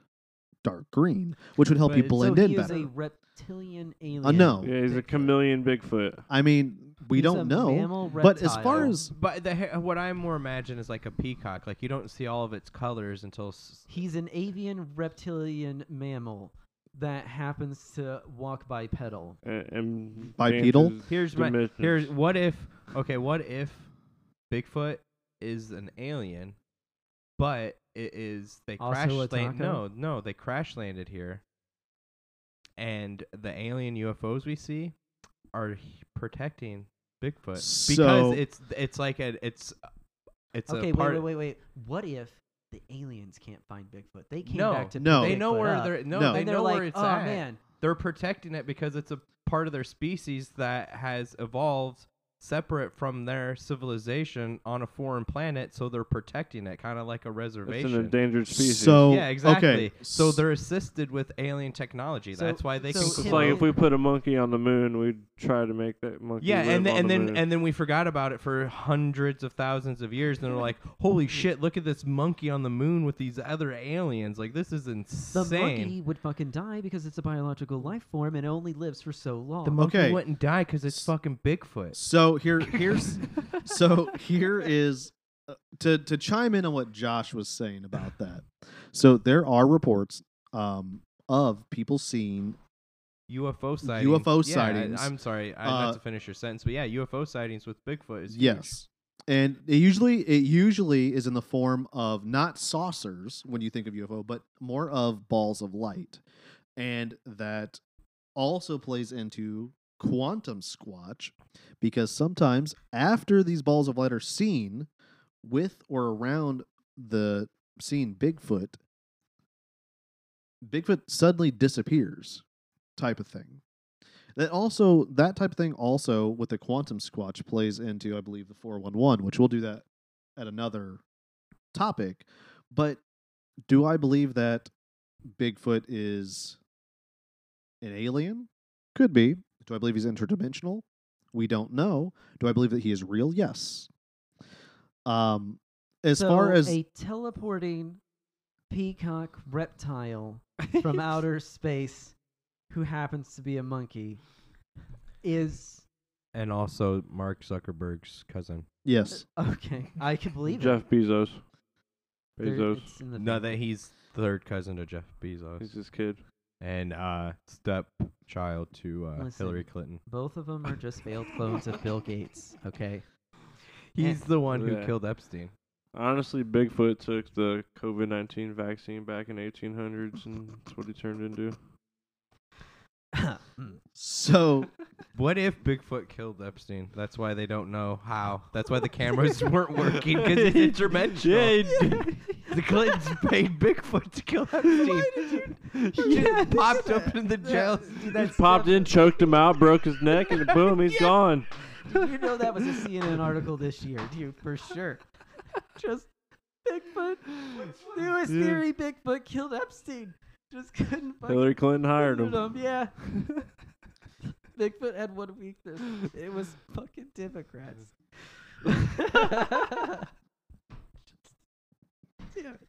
[SPEAKER 1] dark green, which would help
[SPEAKER 3] But
[SPEAKER 1] you
[SPEAKER 3] it's-
[SPEAKER 1] blend
[SPEAKER 4] so
[SPEAKER 1] in
[SPEAKER 4] he
[SPEAKER 1] better.
[SPEAKER 4] is a reptilian alien.
[SPEAKER 1] no.
[SPEAKER 2] Yeah, he's a
[SPEAKER 4] Bigfoot.
[SPEAKER 2] chameleon Bigfoot.
[SPEAKER 1] I mean, we
[SPEAKER 4] He's a
[SPEAKER 1] don't know.
[SPEAKER 4] mammal
[SPEAKER 1] but as far
[SPEAKER 4] reptile.
[SPEAKER 1] as
[SPEAKER 3] But the ha- what I more imagine is like a peacock. Like you don't see all of its colors until s-
[SPEAKER 4] He's an avian reptilian mammal that happens to walk bipedal.
[SPEAKER 2] And, and
[SPEAKER 1] Bipedal?
[SPEAKER 2] dances
[SPEAKER 3] here's my
[SPEAKER 2] dimensions.
[SPEAKER 3] here's what if okay what if Bigfoot is an alien, but it is they
[SPEAKER 4] Also
[SPEAKER 3] crash
[SPEAKER 4] a
[SPEAKER 3] land-
[SPEAKER 4] taco?
[SPEAKER 3] no no they crash landed here, and the alien UFOs we see are h- protecting Bigfoot
[SPEAKER 1] So-
[SPEAKER 3] because it's it's like a it's it's
[SPEAKER 4] Okay,
[SPEAKER 3] a
[SPEAKER 4] wait,
[SPEAKER 3] part
[SPEAKER 4] wait, wait, wait. What if the aliens can't find Bigfoot? They came
[SPEAKER 3] No,
[SPEAKER 4] back to
[SPEAKER 1] no.
[SPEAKER 4] pick
[SPEAKER 3] they know
[SPEAKER 4] Bigfoot
[SPEAKER 3] where
[SPEAKER 4] up,
[SPEAKER 3] they're no,
[SPEAKER 1] Oh. No.
[SPEAKER 3] they
[SPEAKER 4] and they're
[SPEAKER 3] know
[SPEAKER 4] like,
[SPEAKER 3] where it's
[SPEAKER 4] oh
[SPEAKER 3] at.
[SPEAKER 4] man,
[SPEAKER 3] they're protecting it because it's a part of their species that has evolved separate from their civilization on a foreign planet, so they're protecting it, kind of like a
[SPEAKER 2] It's an
[SPEAKER 3] reservation.
[SPEAKER 2] endangered species.
[SPEAKER 1] so,
[SPEAKER 3] yeah, exactly.
[SPEAKER 1] Okay,
[SPEAKER 3] So
[SPEAKER 1] s-
[SPEAKER 3] they're assisted with alien technology.
[SPEAKER 4] So-
[SPEAKER 3] That's why they
[SPEAKER 4] so
[SPEAKER 3] can.
[SPEAKER 2] it's
[SPEAKER 4] Tim-
[SPEAKER 2] like
[SPEAKER 3] cloak-
[SPEAKER 2] if we put a monkey on the moon, we'd try to make that monkey.
[SPEAKER 3] yeah,
[SPEAKER 2] live
[SPEAKER 3] and then,
[SPEAKER 2] on
[SPEAKER 3] and
[SPEAKER 2] the
[SPEAKER 3] then
[SPEAKER 2] moon.
[SPEAKER 3] and then we forgot about it for hundreds of thousands of years, and they're like, "Holy shit! Look at this monkey on the moon with these other aliens! Like this is
[SPEAKER 4] the
[SPEAKER 3] insane."
[SPEAKER 4] monkey would fucking die because it's a biological life form and it only lives for so long.
[SPEAKER 3] The monkey
[SPEAKER 1] Okay.
[SPEAKER 3] wouldn't die because it's
[SPEAKER 1] S-
[SPEAKER 3] fucking Bigfoot.
[SPEAKER 1] so here here's so here is uh, to to chime in on what Josh was saying about that. So there are reports um, of people seeing
[SPEAKER 3] UFO sightings.
[SPEAKER 1] UFO
[SPEAKER 3] Yeah,
[SPEAKER 1] sightings.
[SPEAKER 3] I, am sorry, I meant
[SPEAKER 1] Uh,
[SPEAKER 3] to finish your sentence, but yeah, UFO sightings with Bigfoot is huge.
[SPEAKER 1] yes. And it usually it usually is in the form of not saucers when you think of UFO, but more of balls of light. And that also plays into quantum squatch because sometimes after these balls of light are seen with or around the seen Bigfoot, Bigfoot suddenly disappears, type of thing. That also that type of thing also with the quantum squatch plays into I believe the 411, which we'll do that at another topic. But do I believe that Bigfoot is an alien? Could be. Do I believe he's interdimensional? We don't know. Do I believe that he is real? Yes. Um as
[SPEAKER 4] so
[SPEAKER 1] far as
[SPEAKER 4] a teleporting peacock reptile from outer space who happens to be a monkey is
[SPEAKER 3] And also Mark Zuckerberg's cousin.
[SPEAKER 1] yes.
[SPEAKER 4] okay. I can believe
[SPEAKER 2] Jeff
[SPEAKER 4] it.
[SPEAKER 2] Bezos.
[SPEAKER 4] There-
[SPEAKER 2] Bezos.
[SPEAKER 4] it's in the
[SPEAKER 3] No,
[SPEAKER 4] thing.
[SPEAKER 3] that he's third cousin to Jeff Bezos
[SPEAKER 2] He's his kid.
[SPEAKER 3] and uh, stepchild to uh,
[SPEAKER 4] Listen.
[SPEAKER 3] Hillary Clinton.
[SPEAKER 4] Both of them are just failed clones of Bill Gates. Okay.
[SPEAKER 3] He's the one who
[SPEAKER 2] Yeah.
[SPEAKER 3] killed Epstein.
[SPEAKER 2] Honestly, Bigfoot took the COVID nineteen vaccine back in eighteen hundreds, and that's what he turned into.
[SPEAKER 1] So
[SPEAKER 3] What if Bigfoot killed Epstein? That's why they don't know how. That's why the cameras weren't working because it's interdimensional.
[SPEAKER 2] Yeah, he
[SPEAKER 3] The Clintons paid Bigfoot to kill Epstein. He just popped up in the jail.
[SPEAKER 2] He popped in, choked him out, broke his neck, and boom, he's gone.
[SPEAKER 4] you know that was a CNN article this year, dude, for sure. Just Bigfoot. Newest
[SPEAKER 2] Yeah.
[SPEAKER 4] theory: Bigfoot killed Epstein. Just couldn't fucking
[SPEAKER 2] Hillary Clinton hired
[SPEAKER 4] figure
[SPEAKER 2] him.
[SPEAKER 4] it Yeah. Bigfoot had one weakness. It was fucking Democrats. Damn it.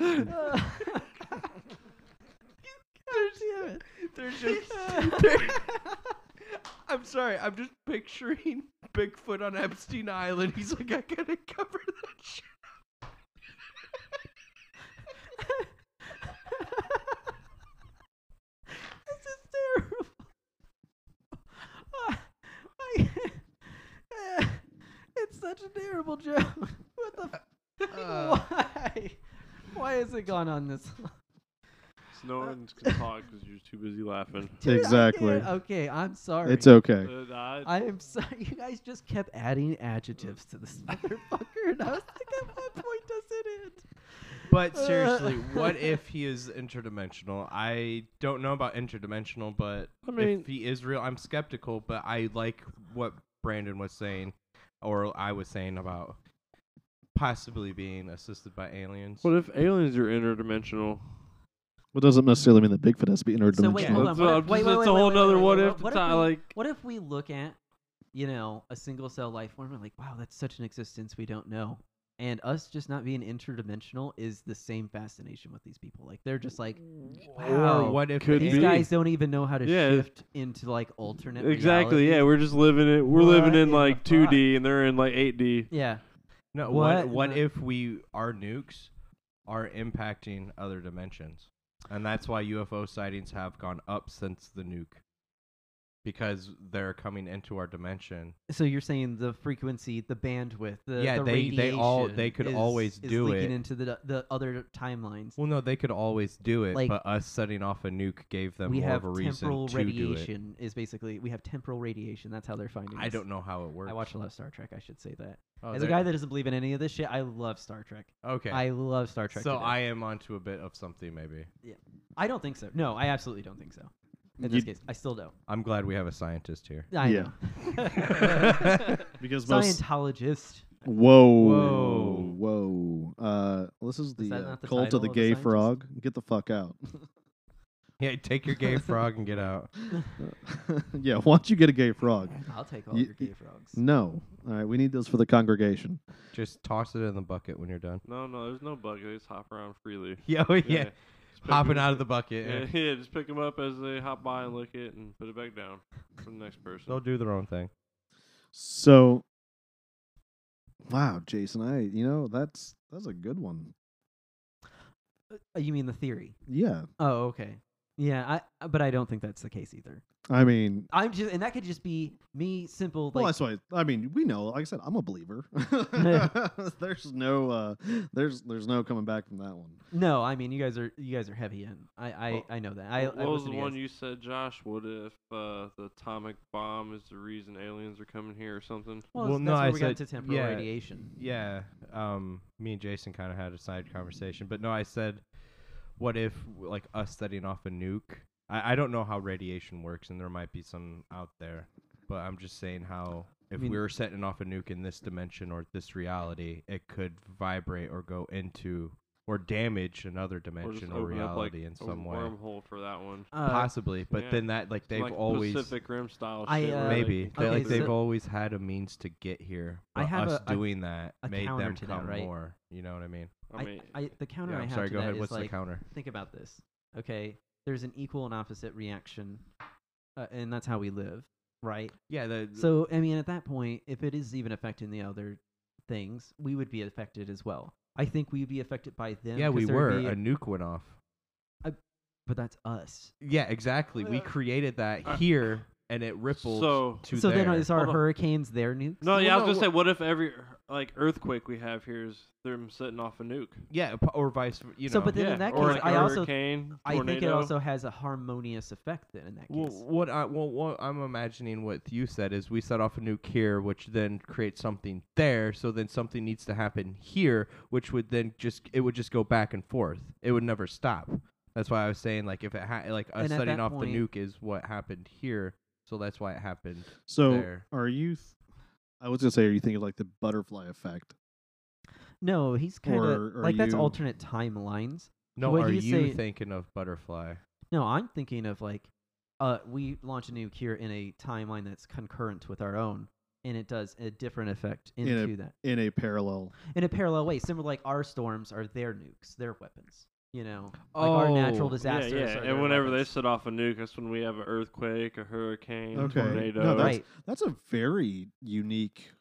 [SPEAKER 4] Uh, God damn it.
[SPEAKER 3] There's
[SPEAKER 4] just-
[SPEAKER 3] I'm I'm sorry. I'm just picturing Bigfoot on Epstein Island. He's like, I gotta cover that shit.
[SPEAKER 4] this is terrible. Ah, I, eh, it's such a terrible joke. What the? F-
[SPEAKER 3] Uh.
[SPEAKER 4] why? Why has it gone on this? long?
[SPEAKER 2] no one can talk because you're too busy laughing.
[SPEAKER 4] Dude, I
[SPEAKER 1] Exactly.
[SPEAKER 4] can't- Okay, I'm sorry.
[SPEAKER 1] It's okay.
[SPEAKER 2] Uh, I-
[SPEAKER 4] I am sorry. You guys just kept adding adjectives to this motherfucker, and I was like, at what point does it end?
[SPEAKER 3] But seriously, what if he is interdimensional? I don't know about interdimensional, but
[SPEAKER 2] I mean-
[SPEAKER 3] if he is real, I'm skeptical. But I like what Brandon was saying, or I was saying about possibly being assisted by aliens.
[SPEAKER 2] what if aliens are interdimensional?
[SPEAKER 1] Well, it doesn't necessarily mean that Bigfoot has to be interdimensional.
[SPEAKER 4] So wait, hold on.
[SPEAKER 2] That's
[SPEAKER 4] What
[SPEAKER 2] what
[SPEAKER 4] if,
[SPEAKER 2] I'm
[SPEAKER 4] wait,
[SPEAKER 2] just-
[SPEAKER 4] wait,
[SPEAKER 2] it's
[SPEAKER 4] wait,
[SPEAKER 2] a whole
[SPEAKER 4] wait, wait,
[SPEAKER 2] nother
[SPEAKER 4] wait,
[SPEAKER 2] what
[SPEAKER 4] wait,
[SPEAKER 2] if
[SPEAKER 4] What
[SPEAKER 2] to-
[SPEAKER 4] if, we,
[SPEAKER 2] like-
[SPEAKER 4] what if we look at, you know, a single cell life form and like, wow, that's such an existence we don't know, and us just not being interdimensional is the same fascination with these people. Like they're just like Wow.
[SPEAKER 3] Or what if
[SPEAKER 2] Could
[SPEAKER 3] the
[SPEAKER 4] these
[SPEAKER 2] be.
[SPEAKER 4] guys don't even know how to
[SPEAKER 2] Yeah.
[SPEAKER 4] shift into like alternate.
[SPEAKER 2] Exactly. Yeah,
[SPEAKER 4] realities.
[SPEAKER 2] we're just living it. We're living
[SPEAKER 4] What
[SPEAKER 2] in
[SPEAKER 4] in the
[SPEAKER 2] like 2D, and they're in like 8D.
[SPEAKER 4] yeah.
[SPEAKER 3] No,
[SPEAKER 4] What
[SPEAKER 3] what
[SPEAKER 4] in
[SPEAKER 3] what
[SPEAKER 4] the-
[SPEAKER 3] if we our nukes are impacting other dimensions? And that's why UFO sightings have gone up since the nuke. Because they're coming into our dimension.
[SPEAKER 4] So you're saying the frequency, the bandwidth, the
[SPEAKER 3] Yeah,
[SPEAKER 4] the
[SPEAKER 3] they- they all-
[SPEAKER 4] radiation
[SPEAKER 3] they could
[SPEAKER 4] is-
[SPEAKER 3] always
[SPEAKER 4] is
[SPEAKER 3] do
[SPEAKER 4] leaking
[SPEAKER 3] it.
[SPEAKER 4] into the the other timelines.
[SPEAKER 3] Well, no, they could always do it,
[SPEAKER 4] Like-
[SPEAKER 3] but us setting off a nuke gave them
[SPEAKER 4] we
[SPEAKER 3] more
[SPEAKER 4] have
[SPEAKER 3] of a reason
[SPEAKER 4] temporal
[SPEAKER 3] to do it.
[SPEAKER 4] radiation is basically we have temporal radiation. That's how they're finding.
[SPEAKER 3] I
[SPEAKER 4] us.
[SPEAKER 3] don't know how it works.
[SPEAKER 4] I watch a lot of Star Trek. I should say that.
[SPEAKER 3] Oh,
[SPEAKER 4] As a
[SPEAKER 3] there-
[SPEAKER 4] guy that doesn't believe in any of this shit, I love Star Trek.
[SPEAKER 3] okay,
[SPEAKER 4] I love Star Trek.
[SPEAKER 3] so
[SPEAKER 4] to death.
[SPEAKER 3] I am onto a bit of something. Maybe
[SPEAKER 4] I don't think so. No, I absolutely don't think so. In
[SPEAKER 1] You-
[SPEAKER 4] this case, I still don't.
[SPEAKER 3] I'm glad we have a scientist here.
[SPEAKER 4] I
[SPEAKER 1] Yeah.
[SPEAKER 4] know.
[SPEAKER 1] Because most.
[SPEAKER 4] Scientologist.
[SPEAKER 1] Whoa.
[SPEAKER 3] Whoa.
[SPEAKER 1] Whoa. Uh, this is the,
[SPEAKER 4] that
[SPEAKER 1] uh,
[SPEAKER 4] not the
[SPEAKER 1] cult
[SPEAKER 4] title
[SPEAKER 1] of the
[SPEAKER 4] of the
[SPEAKER 1] gay
[SPEAKER 4] scientist?
[SPEAKER 1] frog. Get the fuck out.
[SPEAKER 3] Yeah, take your gay frog and get out.
[SPEAKER 1] yeah, why don't you get a gay frog?
[SPEAKER 4] I'll take all
[SPEAKER 1] You-
[SPEAKER 4] your gay frogs.
[SPEAKER 1] No. All right, we need those for the congregation.
[SPEAKER 3] Just toss it in the bucket when you're done.
[SPEAKER 2] No, no, there's no bucket. They just hop around freely.
[SPEAKER 3] Yeah, oh, yeah.
[SPEAKER 2] Just pick
[SPEAKER 3] Hopping
[SPEAKER 2] 'em-
[SPEAKER 3] out of the bucket.
[SPEAKER 2] Yeah,
[SPEAKER 3] yeah.
[SPEAKER 2] yeah, just pick them up as they hop by and lick it and put it back down for the next person.
[SPEAKER 3] They'll do their own thing.
[SPEAKER 1] So, wow, Jason, I you know that's that's a good one.
[SPEAKER 4] Uh, You mean the theory?
[SPEAKER 1] Yeah,
[SPEAKER 4] Oh, okay. Yeah, I. uh, But I don't think that's the case either.
[SPEAKER 1] I mean,
[SPEAKER 4] I'm just, and that could just be me, simple. Like,
[SPEAKER 1] well, that's why. I mean, we know. Like I said, I'm a believer. there's no, uh, there's there's no coming back from that one.
[SPEAKER 4] no, I mean, you guys are you guys are heavy in. I I,
[SPEAKER 2] Well,
[SPEAKER 4] I know that. I,
[SPEAKER 2] what
[SPEAKER 4] I
[SPEAKER 2] was
[SPEAKER 4] listen
[SPEAKER 2] the
[SPEAKER 4] to you
[SPEAKER 2] one
[SPEAKER 4] guys.
[SPEAKER 2] you said, Josh? What if uh, the atomic bomb is the reason aliens are coming here or something?
[SPEAKER 4] Well,
[SPEAKER 3] Well,
[SPEAKER 4] that's
[SPEAKER 3] no,
[SPEAKER 4] where
[SPEAKER 3] I
[SPEAKER 4] we
[SPEAKER 3] said-
[SPEAKER 4] got into temporal
[SPEAKER 3] yeah.
[SPEAKER 4] radiation.
[SPEAKER 3] Yeah. Um, me and Jason kind of had a side conversation, but no, I said, what if like us setting off a nuke? I, I don't know how radiation works, and there might be some out there, but I'm just saying how if
[SPEAKER 4] mean-
[SPEAKER 3] we were setting off a nuke in this dimension or this reality, it could vibrate or go into or damage another
[SPEAKER 2] Or just
[SPEAKER 3] dimension or,
[SPEAKER 2] open up, like,
[SPEAKER 3] reality in
[SPEAKER 2] a
[SPEAKER 3] some way.
[SPEAKER 2] wormhole for that one.
[SPEAKER 4] Uh,
[SPEAKER 3] Possibly, but
[SPEAKER 2] Yeah.
[SPEAKER 3] then that like they've
[SPEAKER 2] like
[SPEAKER 3] always
[SPEAKER 2] Pacific Rim style.
[SPEAKER 4] I,
[SPEAKER 2] shit where
[SPEAKER 4] uh,
[SPEAKER 2] they
[SPEAKER 3] Maybe
[SPEAKER 2] can
[SPEAKER 3] They-
[SPEAKER 4] Okay,
[SPEAKER 2] come
[SPEAKER 3] like they've
[SPEAKER 2] through.
[SPEAKER 4] so-
[SPEAKER 3] always had a means to get here.
[SPEAKER 4] I
[SPEAKER 3] but
[SPEAKER 4] have
[SPEAKER 3] us
[SPEAKER 4] a- a-
[SPEAKER 3] doing that
[SPEAKER 4] a
[SPEAKER 3] made
[SPEAKER 4] counter
[SPEAKER 3] them
[SPEAKER 4] to that,
[SPEAKER 3] come
[SPEAKER 4] right?
[SPEAKER 3] more. You know what I mean?
[SPEAKER 2] I mean,
[SPEAKER 4] I, I, the counter
[SPEAKER 3] Yeah,
[SPEAKER 4] I
[SPEAKER 3] I'm
[SPEAKER 4] have
[SPEAKER 3] sorry.
[SPEAKER 4] to
[SPEAKER 3] Go
[SPEAKER 4] that
[SPEAKER 3] ahead.
[SPEAKER 4] is,
[SPEAKER 3] What's the
[SPEAKER 4] like,
[SPEAKER 3] counter?
[SPEAKER 4] think about this. Okay, there's an equal and opposite reaction, uh, and that's how we live, right?
[SPEAKER 3] Yeah. The,
[SPEAKER 4] So, I mean, at that point, if it is even affecting the other things, we would be affected as well. I think we'd be affected by them.
[SPEAKER 3] yeah,
[SPEAKER 4] 'cause
[SPEAKER 3] we
[SPEAKER 4] there
[SPEAKER 3] were.
[SPEAKER 4] would be-
[SPEAKER 3] a nuke went off.
[SPEAKER 4] but that's us.
[SPEAKER 3] Yeah, exactly. We
[SPEAKER 2] Uh,
[SPEAKER 3] created that
[SPEAKER 2] uh,
[SPEAKER 3] here, and it rippled
[SPEAKER 2] so-
[SPEAKER 3] to
[SPEAKER 4] so
[SPEAKER 3] there.
[SPEAKER 4] then, is our
[SPEAKER 2] Hold on.
[SPEAKER 4] hurricanes their nukes?
[SPEAKER 2] No,
[SPEAKER 4] Well,
[SPEAKER 2] yeah, I was
[SPEAKER 4] no,
[SPEAKER 2] gonna say, what if every like earthquake we have here is them setting off a nuke?
[SPEAKER 3] yeah, p- or vice. ver- You
[SPEAKER 4] So,
[SPEAKER 3] know.
[SPEAKER 4] but then in
[SPEAKER 2] yeah,
[SPEAKER 4] that
[SPEAKER 2] or
[SPEAKER 4] case,
[SPEAKER 2] an
[SPEAKER 4] I also-
[SPEAKER 2] hurricane,
[SPEAKER 4] I think it
[SPEAKER 2] tornado.
[SPEAKER 4] also has a harmonious effect. Then, in that
[SPEAKER 3] Well,
[SPEAKER 4] case,
[SPEAKER 3] what I well, what I'm imagining what you said is we set off a nuke here, which then creates something there. So then something needs to happen here, which would then just it would just go back and forth. It would never stop. That's why I was saying like if it ha- like us
[SPEAKER 4] And at
[SPEAKER 3] setting
[SPEAKER 4] that
[SPEAKER 3] off
[SPEAKER 4] point-
[SPEAKER 3] the nuke is what happened here. So that's why it happened
[SPEAKER 1] So,
[SPEAKER 3] there.
[SPEAKER 1] are you? Th- I was gonna say, are you thinking like the butterfly effect?
[SPEAKER 4] no, he's kind
[SPEAKER 1] Or
[SPEAKER 4] of
[SPEAKER 1] are
[SPEAKER 4] like that's
[SPEAKER 1] you-
[SPEAKER 4] alternate timelines.
[SPEAKER 3] No,
[SPEAKER 4] What
[SPEAKER 3] are
[SPEAKER 4] you
[SPEAKER 3] you,
[SPEAKER 4] say-
[SPEAKER 3] thinking of butterfly?
[SPEAKER 4] No, I'm thinking of like, uh, we launch a nuke here in a timeline that's concurrent with our own, and it does a different effect
[SPEAKER 1] In a-
[SPEAKER 4] into that
[SPEAKER 1] in a parallel.
[SPEAKER 4] in a parallel way, similar like our storms are their nukes, their weapons. you know, like our natural
[SPEAKER 3] Oh,
[SPEAKER 2] Yeah,
[SPEAKER 4] disasters.
[SPEAKER 2] yeah.
[SPEAKER 4] are
[SPEAKER 2] And
[SPEAKER 4] their
[SPEAKER 2] whenever
[SPEAKER 4] weapons.
[SPEAKER 2] they set off a nuke, that's when we have an earthquake, a hurricane,
[SPEAKER 1] Okay. No,
[SPEAKER 2] tornado.
[SPEAKER 3] Oh,
[SPEAKER 1] that's-
[SPEAKER 4] right,
[SPEAKER 1] That's a very unique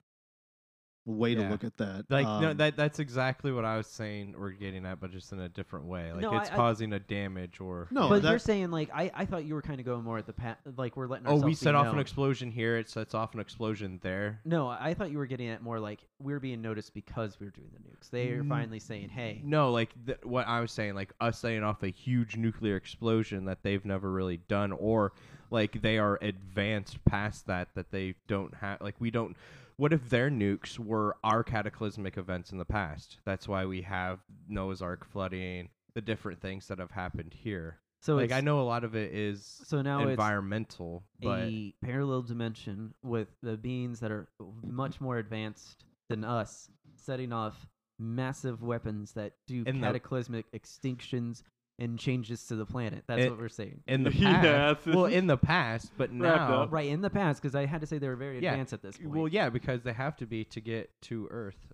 [SPEAKER 1] way to
[SPEAKER 3] Yeah.
[SPEAKER 1] look at that.
[SPEAKER 3] Like no,
[SPEAKER 1] Um,
[SPEAKER 3] that that's exactly what I was saying. We're getting at, but just in a different way. Like
[SPEAKER 4] No,
[SPEAKER 3] it's
[SPEAKER 4] I- I-
[SPEAKER 3] causing a damage or
[SPEAKER 1] No,
[SPEAKER 4] but you're
[SPEAKER 1] that-
[SPEAKER 4] saying like I, I thought you were kind of going more at the pat, like we're letting.
[SPEAKER 3] oh, we
[SPEAKER 4] ourselves be
[SPEAKER 3] set off an
[SPEAKER 4] known.
[SPEAKER 3] explosion here. It sets off an explosion there.
[SPEAKER 4] No, I thought you were getting at more like we're being noticed because we're doing the nukes. They are
[SPEAKER 3] Mm.
[SPEAKER 4] finally saying, "Hey,
[SPEAKER 3] No, like th- what I was saying, like us setting off a huge nuclear explosion that they've never really done, or like they are advanced past that that they don't have. Like we don't. What if their nukes were our cataclysmic events in the past? That's why we have Noah's Ark flooding, the different things that have happened here.
[SPEAKER 4] so
[SPEAKER 3] like
[SPEAKER 4] it's,
[SPEAKER 3] I know a lot of it is
[SPEAKER 4] so now it's
[SPEAKER 3] environmental, but
[SPEAKER 4] a parallel dimension with the beings that are much more advanced than us, setting off massive weapons that do
[SPEAKER 3] And the-
[SPEAKER 4] cataclysmic extinctions and changes to the planet." That's
[SPEAKER 3] It-
[SPEAKER 4] what we're saying.
[SPEAKER 3] in the
[SPEAKER 2] Yeah,
[SPEAKER 3] past,
[SPEAKER 2] it's-
[SPEAKER 3] well, in the past, but
[SPEAKER 2] Wrapped
[SPEAKER 3] now,
[SPEAKER 2] up.
[SPEAKER 4] Right in the past, because I had to say they were very
[SPEAKER 3] Yeah,
[SPEAKER 4] advanced at this point.
[SPEAKER 3] well, yeah, because they have to be to get to Earth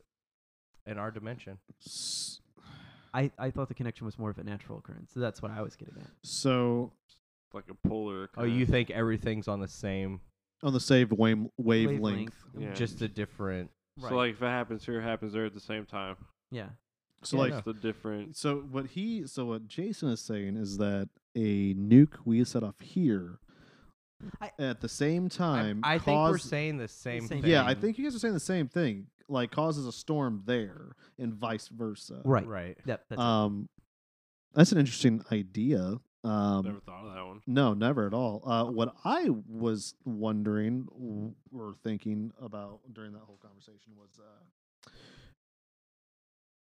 [SPEAKER 3] in our dimension.
[SPEAKER 1] s-
[SPEAKER 4] I, I thought the connection was more of a natural occurrence. So that's what I was getting at.
[SPEAKER 1] so
[SPEAKER 2] Like a polar.
[SPEAKER 3] Oh, you
[SPEAKER 2] occurrence.
[SPEAKER 3] think everything's on the same,
[SPEAKER 1] on the saved wave, wavelength.
[SPEAKER 2] Yeah.
[SPEAKER 3] just a different.
[SPEAKER 2] So like if it happens here, it happens there at the same time.
[SPEAKER 4] yeah.
[SPEAKER 1] So
[SPEAKER 3] Yeah,
[SPEAKER 1] like
[SPEAKER 3] no.
[SPEAKER 2] It's the different.
[SPEAKER 1] so what he so what Jason is saying is that a nuke we set off here
[SPEAKER 4] I-
[SPEAKER 1] at the same time
[SPEAKER 3] I, I think we're
[SPEAKER 1] cause-
[SPEAKER 3] saying the same
[SPEAKER 4] same
[SPEAKER 3] thing.
[SPEAKER 1] Yeah, I
[SPEAKER 4] thing.
[SPEAKER 1] think you guys are saying the same thing. Like causes a storm there and vice versa.
[SPEAKER 4] Right.
[SPEAKER 3] Right.
[SPEAKER 4] Yep. That's
[SPEAKER 1] Um that's an interesting idea. Um
[SPEAKER 2] Never thought of that one.
[SPEAKER 1] No, never at all. Uh,
[SPEAKER 4] Oh.
[SPEAKER 1] what I was wondering w- or thinking about during that whole conversation was, uh,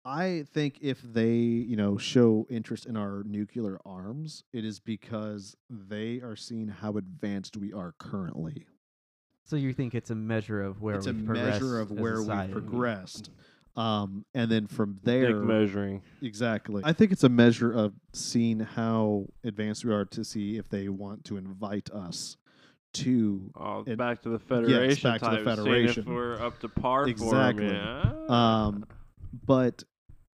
[SPEAKER 1] I think if they, you know, show interest in our nuclear arms, it is because they are seeing how advanced we are currently.
[SPEAKER 4] So you think it's a measure of where
[SPEAKER 1] it's a
[SPEAKER 4] we've progressed
[SPEAKER 1] measure of
[SPEAKER 4] as a
[SPEAKER 1] where we've
[SPEAKER 4] society.
[SPEAKER 1] progressed. Um, and then from
[SPEAKER 2] Dick
[SPEAKER 1] there,
[SPEAKER 2] measuring.
[SPEAKER 1] Exactly. I think it's a measure of seeing how advanced we are to see if they want to invite us to.
[SPEAKER 2] Oh,
[SPEAKER 1] It-
[SPEAKER 2] back to the federation.
[SPEAKER 1] back to the
[SPEAKER 2] type, seeing
[SPEAKER 1] Federation.
[SPEAKER 2] if we're up to par
[SPEAKER 1] Exactly.
[SPEAKER 2] for 'em, yeah.
[SPEAKER 1] Um, but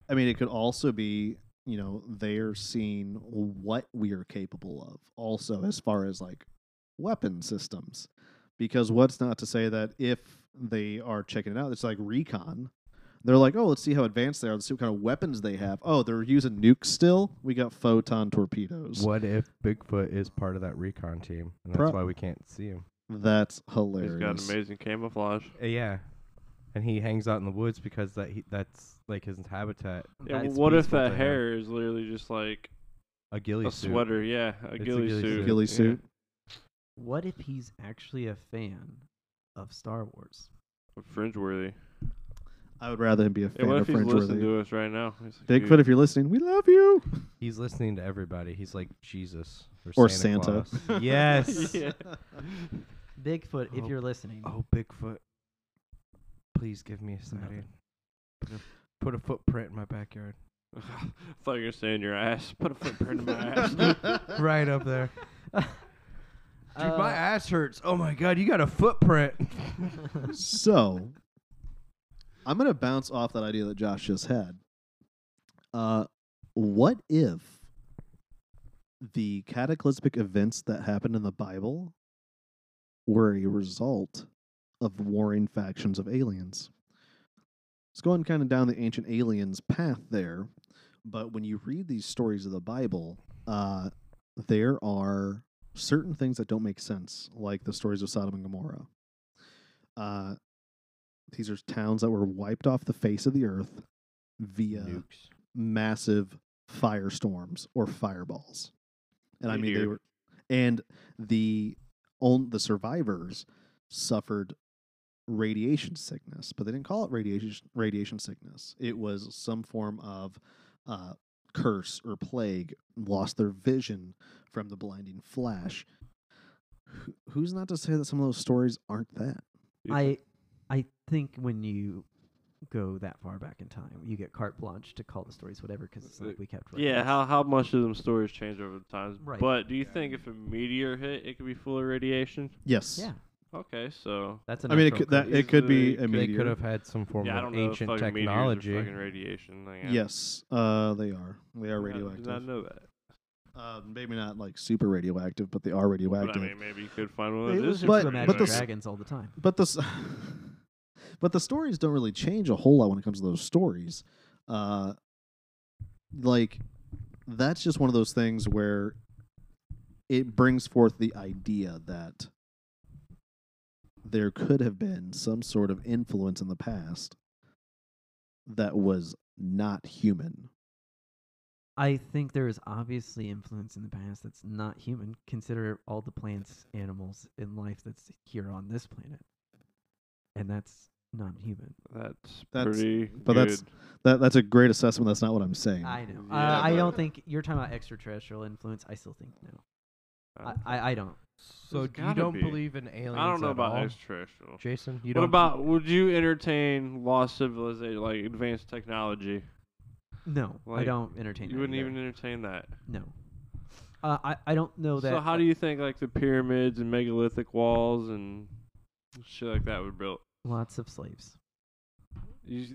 [SPEAKER 1] I mean, it could also be you know they're seeing what we are capable of, also as far as like weapon systems, because what's not to say that if they are checking it out, it's like recon. They're like, oh, let's see how advanced they are. Let's see what kind of weapons they have. Oh, they're using nukes still. We got photon torpedoes.
[SPEAKER 3] What if Bigfoot is part of that recon team, and that's
[SPEAKER 1] Pro-
[SPEAKER 3] why we can't see him?
[SPEAKER 1] That's hilarious.
[SPEAKER 2] He's got amazing camouflage.
[SPEAKER 3] Uh, yeah, and he hangs out in the woods because that he, that's like his habitat.
[SPEAKER 2] Yeah,
[SPEAKER 4] That's
[SPEAKER 2] well, what if
[SPEAKER 3] peaceful
[SPEAKER 2] that
[SPEAKER 3] to
[SPEAKER 2] hair is literally just like
[SPEAKER 3] A ghillie
[SPEAKER 2] a
[SPEAKER 3] suit.
[SPEAKER 2] sweater? Yeah, a
[SPEAKER 3] It's a
[SPEAKER 2] ghillie
[SPEAKER 3] ghillie
[SPEAKER 2] suit.
[SPEAKER 3] suit.
[SPEAKER 1] Ghillie
[SPEAKER 2] yeah.
[SPEAKER 1] suit.
[SPEAKER 4] What if he's actually a fan of Star Wars?
[SPEAKER 2] Fringe-worthy.
[SPEAKER 1] I would rather him be a
[SPEAKER 2] Hey,
[SPEAKER 1] fan
[SPEAKER 2] what
[SPEAKER 1] of
[SPEAKER 2] if he's
[SPEAKER 1] French
[SPEAKER 2] listening
[SPEAKER 1] Worthy.
[SPEAKER 2] to us right now? He's like,
[SPEAKER 1] Bigfoot,
[SPEAKER 2] "Dude,
[SPEAKER 1] if you're listening, we love you.
[SPEAKER 3] He's listening to everybody. He's like Jesus or,
[SPEAKER 1] Or
[SPEAKER 3] Santa.
[SPEAKER 1] Santa.
[SPEAKER 3] Claus. yes.
[SPEAKER 2] Yeah.
[SPEAKER 4] Bigfoot, if
[SPEAKER 3] Oh,
[SPEAKER 4] you're listening,
[SPEAKER 3] Oh, Bigfoot, please give me a sighting. Put a, put a footprint in my backyard.
[SPEAKER 2] I thought you were saying your ass. Put a footprint in my ass.
[SPEAKER 3] right up there. Dude, my
[SPEAKER 4] Uh,
[SPEAKER 3] ass hurts. Oh my god, you got a footprint.
[SPEAKER 1] so, I'm going to bounce off that idea that Josh just had. Uh, what if the cataclysmic events that happened in the Bible were a result of warring factions of aliens? It's going kind of down the ancient aliens path there, but when you read these stories of the Bible, uh, there are certain things that don't make sense, like the stories of Sodom and Gomorrah. Uh, these are towns that were wiped off the face of the earth via
[SPEAKER 3] Nukes.
[SPEAKER 1] massive firestorms or fireballs. And I mean they
[SPEAKER 2] Meteor.
[SPEAKER 1] were and the on the survivors suffered radiation sickness, but they didn't call it radiation radiation sickness. It was some form of uh, curse or plague, lost their vision from the blinding flash. Wh- Who's not to say that some of those stories aren't that?
[SPEAKER 4] I, I think when you go that far back in time, you get carte blanche to call the stories whatever because it's
[SPEAKER 2] Uh,
[SPEAKER 4] like we kept.
[SPEAKER 2] Yeah,
[SPEAKER 4] records.
[SPEAKER 2] how how much of them stories change over the times?
[SPEAKER 4] Right.
[SPEAKER 2] But do you think if a meteor hit, it could be full of radiation?
[SPEAKER 1] Yes.
[SPEAKER 4] Yeah,
[SPEAKER 2] Okay, so
[SPEAKER 3] That's a
[SPEAKER 1] I mean, it
[SPEAKER 3] natural
[SPEAKER 1] could, that
[SPEAKER 3] cause.
[SPEAKER 1] it could be
[SPEAKER 2] They
[SPEAKER 1] a
[SPEAKER 2] could
[SPEAKER 3] they
[SPEAKER 1] meteor.
[SPEAKER 3] could have had some form
[SPEAKER 2] yeah, I
[SPEAKER 3] of
[SPEAKER 2] don't
[SPEAKER 3] ancient
[SPEAKER 2] know if fucking meteors
[SPEAKER 3] technology.
[SPEAKER 2] are fucking radiation. Like, I-
[SPEAKER 1] Yes, uh, they are. They
[SPEAKER 2] I
[SPEAKER 1] are
[SPEAKER 2] Did not
[SPEAKER 1] radioactive.
[SPEAKER 2] know that.
[SPEAKER 1] Uh, maybe not like super radioactive, but they are
[SPEAKER 2] But I
[SPEAKER 1] radioactive.
[SPEAKER 2] mean, maybe you could find one
[SPEAKER 4] They
[SPEAKER 2] that is
[SPEAKER 4] listen
[SPEAKER 1] but-
[SPEAKER 4] to
[SPEAKER 2] super
[SPEAKER 1] but
[SPEAKER 4] Imagine
[SPEAKER 1] the
[SPEAKER 2] radioactive.
[SPEAKER 1] s-
[SPEAKER 4] Dragons all the time.
[SPEAKER 1] but the s- but the stories don't really change a whole lot when it comes to those stories. Uh, like that's just one of those things where it brings forth the idea that there could have been some sort of influence in the past that was not human.
[SPEAKER 4] I think there is obviously influence in the past that's not human. Consider all the plants, animals, and life that's here on this planet, and that's not human.
[SPEAKER 2] That's,
[SPEAKER 1] That's-
[SPEAKER 2] pretty.
[SPEAKER 1] but that's-
[SPEAKER 2] good.
[SPEAKER 1] That that's a great assessment. That's not what I'm saying.
[SPEAKER 4] I know.
[SPEAKER 2] Yeah,
[SPEAKER 4] uh, I don't
[SPEAKER 2] but-
[SPEAKER 4] think you're talking about extraterrestrial influence. I still think no.
[SPEAKER 2] Uh,
[SPEAKER 4] I, I, I don't.
[SPEAKER 3] So
[SPEAKER 2] It's
[SPEAKER 3] you
[SPEAKER 2] gotta
[SPEAKER 3] don't
[SPEAKER 2] be.
[SPEAKER 3] believe in aliens?
[SPEAKER 2] I don't know
[SPEAKER 3] at
[SPEAKER 2] about
[SPEAKER 3] all?
[SPEAKER 2] extraterrestrial.
[SPEAKER 3] Jason. You
[SPEAKER 2] What
[SPEAKER 3] don't
[SPEAKER 2] about would you entertain lost civilization, like advanced technology?
[SPEAKER 4] No, I
[SPEAKER 2] Like,
[SPEAKER 4] don't entertain.
[SPEAKER 2] You
[SPEAKER 4] that
[SPEAKER 2] wouldn't
[SPEAKER 4] either.
[SPEAKER 2] even entertain that.
[SPEAKER 4] No. Uh, I I don't know that.
[SPEAKER 2] So how do you think like the pyramids and megalithic walls and shit like that were built?
[SPEAKER 4] Lots of slaves.
[SPEAKER 2] You, s-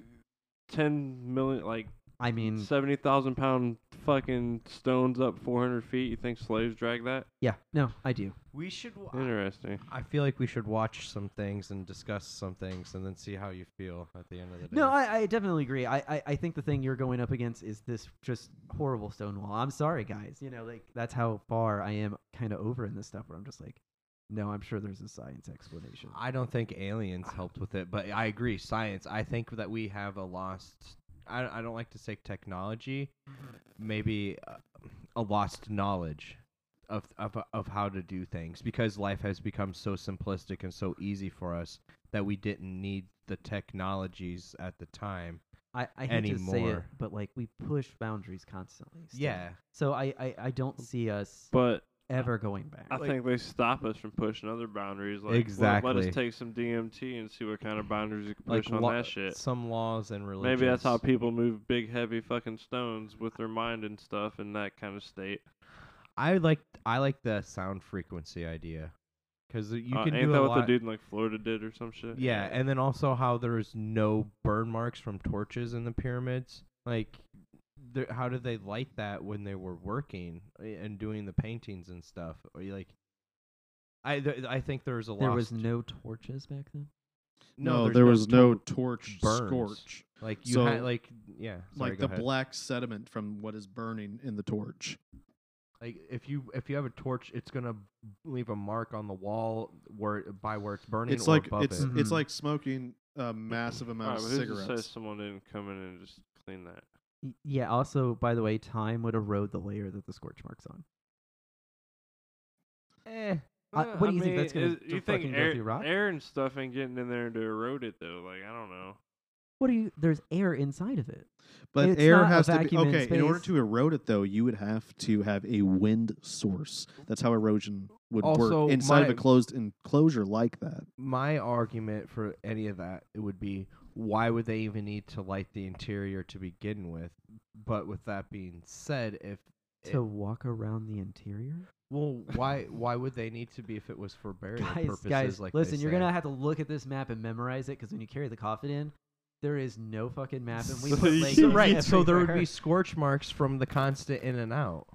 [SPEAKER 2] ten million, like
[SPEAKER 4] I mean,
[SPEAKER 2] seventy thousand pound fucking stones up four hundred feet. You think slaves drag that?
[SPEAKER 4] yeah. No, I do.
[SPEAKER 3] We should. wa-
[SPEAKER 2] Interesting.
[SPEAKER 3] I feel like we should watch some things and discuss some things and then see how you feel at the end of the day.
[SPEAKER 4] No, I, I definitely agree. I, I, I think the thing you're going up against is this just horrible Stonewall. I'm sorry, guys. You know, like that's how far I am kind of over in this stuff where I'm just like, no, I'm sure there's a science explanation.
[SPEAKER 3] I don't think aliens helped with it, but I agree. Science. I think that we have a lost. I, I don't like to say technology, maybe uh, a lost knowledge of, of of how to do things because life has become so simplistic and so easy for us that we didn't need the technologies at the time.
[SPEAKER 4] I, I hate to say it,
[SPEAKER 3] Anymore.
[SPEAKER 4] but like we push boundaries constantly. still.
[SPEAKER 3] Yeah,
[SPEAKER 4] So I, I, I don't see us
[SPEAKER 2] But
[SPEAKER 4] ever going back.
[SPEAKER 2] I
[SPEAKER 3] Like-
[SPEAKER 2] think they stop us from pushing other boundaries. Like, well, Let
[SPEAKER 3] Exactly.
[SPEAKER 2] us take some DMT and see what kind of boundaries you can
[SPEAKER 3] like
[SPEAKER 2] push on
[SPEAKER 3] lo-
[SPEAKER 2] that shit.
[SPEAKER 3] some laws and religions.
[SPEAKER 2] Maybe that's how people move big, heavy fucking stones with their mind and stuff in that kind of state.
[SPEAKER 3] I like I like the sound frequency idea because you
[SPEAKER 2] Uh,
[SPEAKER 3] can
[SPEAKER 2] ain't
[SPEAKER 3] do
[SPEAKER 2] that
[SPEAKER 3] a
[SPEAKER 2] what the
[SPEAKER 3] lot.
[SPEAKER 2] dude in like Florida did or some shit?
[SPEAKER 3] Yeah, and then also how there was no burn marks from torches in the pyramids. Like, there- how did they light that when they were working i- and doing the paintings and stuff? Or you like, I th- I think there was a
[SPEAKER 4] there
[SPEAKER 3] lost,
[SPEAKER 4] was no torches back then.
[SPEAKER 1] No,
[SPEAKER 3] there's
[SPEAKER 1] there was no
[SPEAKER 3] tor-
[SPEAKER 1] torch
[SPEAKER 3] burns.
[SPEAKER 1] scorch.
[SPEAKER 3] like you
[SPEAKER 1] so-
[SPEAKER 3] had like yeah sorry,
[SPEAKER 1] like
[SPEAKER 3] go
[SPEAKER 1] the
[SPEAKER 3] ahead.
[SPEAKER 1] black sediment from what is burning in the torch.
[SPEAKER 3] like if you if you have a torch it's gonna leave a mark on the wall where it- by where it's burning
[SPEAKER 1] it's
[SPEAKER 3] or
[SPEAKER 1] like
[SPEAKER 3] above
[SPEAKER 1] it's
[SPEAKER 3] it.
[SPEAKER 1] it's
[SPEAKER 4] Mhm.
[SPEAKER 1] like smoking a massive amount
[SPEAKER 2] Alright,
[SPEAKER 1] of
[SPEAKER 2] but who's to say
[SPEAKER 1] cigarettes.
[SPEAKER 2] someone didn't come in and just clean that?
[SPEAKER 4] Y- Yeah. Also, by the way, time would erode the layer that the scorch marks on.
[SPEAKER 3] Eh.
[SPEAKER 4] I-
[SPEAKER 2] Uh,
[SPEAKER 4] what
[SPEAKER 2] I
[SPEAKER 4] do you think that's
[SPEAKER 2] mean,
[SPEAKER 4] gonna
[SPEAKER 2] is-
[SPEAKER 4] do-
[SPEAKER 2] You think
[SPEAKER 4] fucking go
[SPEAKER 2] air,
[SPEAKER 4] through rock?
[SPEAKER 2] air and stuff ain't getting in there to erode it though? Like I don't know.
[SPEAKER 4] What do you? There's air inside of it.
[SPEAKER 1] But
[SPEAKER 4] It's
[SPEAKER 1] air
[SPEAKER 4] not a
[SPEAKER 1] has to be
[SPEAKER 4] vacuum in
[SPEAKER 1] okay. In order
[SPEAKER 4] space.
[SPEAKER 1] to erode it, though, you would have to have a wind source. That's how erosion would
[SPEAKER 3] Also,
[SPEAKER 1] work inside of
[SPEAKER 3] my-
[SPEAKER 1] a closed enclosure like that.
[SPEAKER 3] my argument for any of that it would be why would they even need to light the interior to begin with but with that being said if
[SPEAKER 4] To walk around the interior.
[SPEAKER 3] well why why would they need to be if it was for burial
[SPEAKER 4] guys,
[SPEAKER 3] purposes
[SPEAKER 4] guys,
[SPEAKER 3] like they
[SPEAKER 4] listen, you're
[SPEAKER 3] say?
[SPEAKER 4] gonna have to look at this map and memorize it because when you carry the coffin in, there is no fucking map, and we
[SPEAKER 2] So
[SPEAKER 4] put
[SPEAKER 2] you-
[SPEAKER 4] Legos
[SPEAKER 2] So
[SPEAKER 3] right so there would
[SPEAKER 4] everywhere.
[SPEAKER 3] be scorch marks from the constant in and out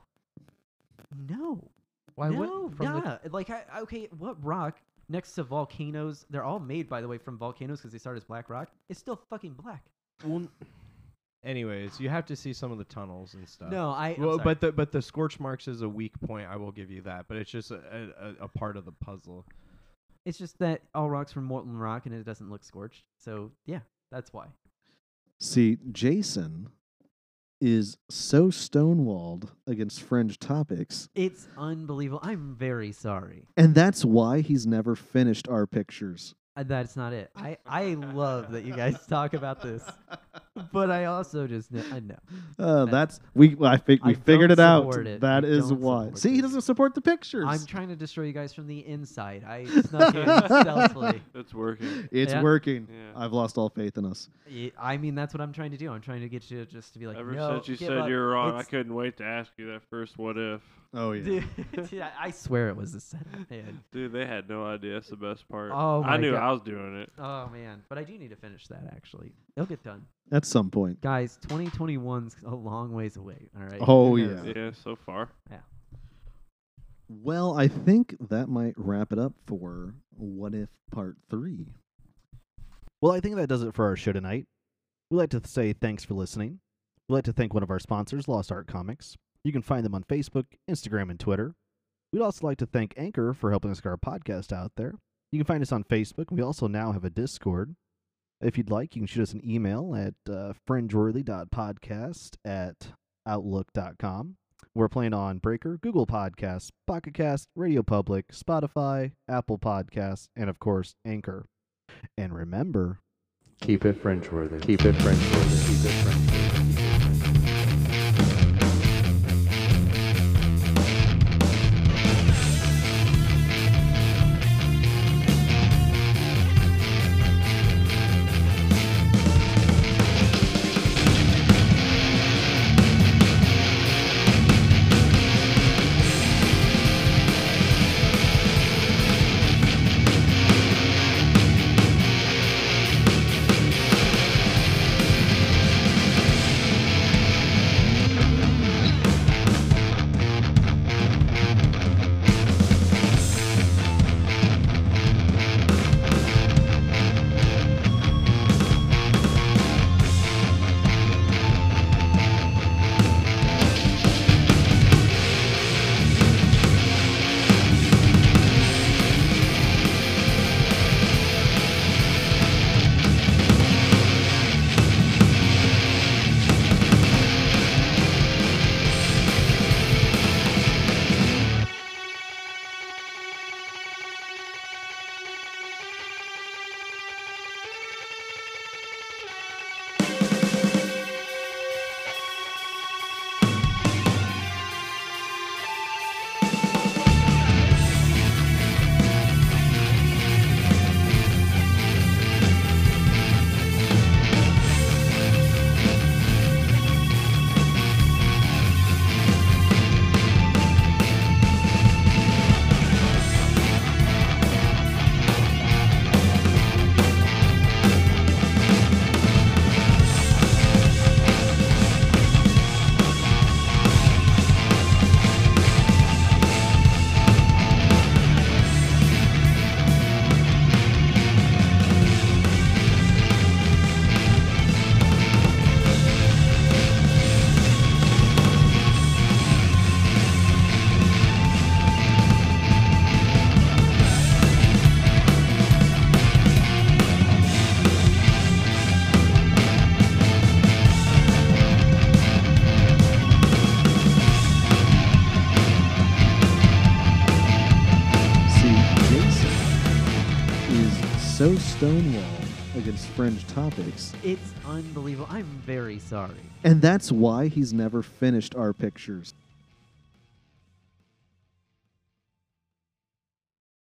[SPEAKER 4] no,
[SPEAKER 3] why
[SPEAKER 4] no,
[SPEAKER 3] would from the-
[SPEAKER 4] nah. Like, I, I- okay, what rock next to volcanoes? They're all made, by the way, from volcanoes because they start as black rock. It's still fucking black.
[SPEAKER 3] well, n- anyways you have to see some of the tunnels and stuff
[SPEAKER 4] no, I. I'm
[SPEAKER 3] well,
[SPEAKER 4] sorry.
[SPEAKER 3] but the but the scorch marks is a weak point. I will give you that, but it's just a, a, a part of the puzzle.
[SPEAKER 4] it's just that all rocks from molten rock, and it doesn't look scorched. So yeah, that's why.
[SPEAKER 1] See, Jason is so stonewalled against fringe topics,
[SPEAKER 4] It's unbelievable. I'm very sorry.
[SPEAKER 1] and that's why he's never finished our pictures.
[SPEAKER 4] Uh, That's not it. I, I love that you guys talk about this. but I also just know, I know.
[SPEAKER 1] Uh, that's we. I think
[SPEAKER 4] I
[SPEAKER 1] we figured it
[SPEAKER 4] don't
[SPEAKER 1] out.
[SPEAKER 4] support it.
[SPEAKER 1] That
[SPEAKER 4] I
[SPEAKER 1] is
[SPEAKER 4] don't
[SPEAKER 1] why.
[SPEAKER 4] support
[SPEAKER 1] See, he
[SPEAKER 4] it.
[SPEAKER 1] doesn't support the pictures.
[SPEAKER 4] I'm trying to destroy you guys from the inside. I snuck in stealthily.
[SPEAKER 2] It's working.
[SPEAKER 1] it's
[SPEAKER 4] Yeah.
[SPEAKER 1] working.
[SPEAKER 2] Yeah.
[SPEAKER 1] I've lost all faith in us.
[SPEAKER 4] Y- I mean, that's what I'm trying to do. I'm trying to get you to just to be like,
[SPEAKER 2] Ever
[SPEAKER 4] no,
[SPEAKER 2] since you
[SPEAKER 4] give
[SPEAKER 2] said
[SPEAKER 4] up.
[SPEAKER 2] you were wrong, I
[SPEAKER 4] It's-
[SPEAKER 2] couldn't wait to ask you that first what if.
[SPEAKER 1] Oh yeah.
[SPEAKER 4] Dude, yeah, I swear it was a setup, man.
[SPEAKER 2] Dude, they had no idea. That's the best part.
[SPEAKER 4] Oh
[SPEAKER 2] I
[SPEAKER 4] my
[SPEAKER 2] knew
[SPEAKER 4] God.
[SPEAKER 2] I was doing it.
[SPEAKER 4] Oh man, but I do need to finish that actually. It'll get done,
[SPEAKER 1] At some point.
[SPEAKER 4] guys. 2021's a long ways away. All right.
[SPEAKER 1] Oh,
[SPEAKER 4] Who knows?
[SPEAKER 1] Yeah.
[SPEAKER 2] Yeah, so far.
[SPEAKER 1] Well, I think that might wrap it up for What If Part 3.
[SPEAKER 5] Well, I think that does it for our show tonight. We'd like to say thanks for listening. We'd like to thank one of our sponsors, Lost Art Comics. You can find them on Facebook, Instagram, and Twitter. We'd also like to thank Anchor for helping us get our podcast out there. You can find us on Facebook. We also now have a Discord. If you'd like, you can shoot us an email at uh, friendworthy.podcast at outlook.com. We're playing on Breaker, Google Podcasts, Pocket Cast, Radio Public, Spotify, Apple Podcasts, and of course, Anchor. And remember,
[SPEAKER 3] Keep it French worthy. Keep it French worthy. Keep it French worthy.
[SPEAKER 1] See, Jason is so stonewalled against fringe topics,
[SPEAKER 4] It's unbelievable. I'm very sorry.
[SPEAKER 1] and that's why he's never finished our pictures.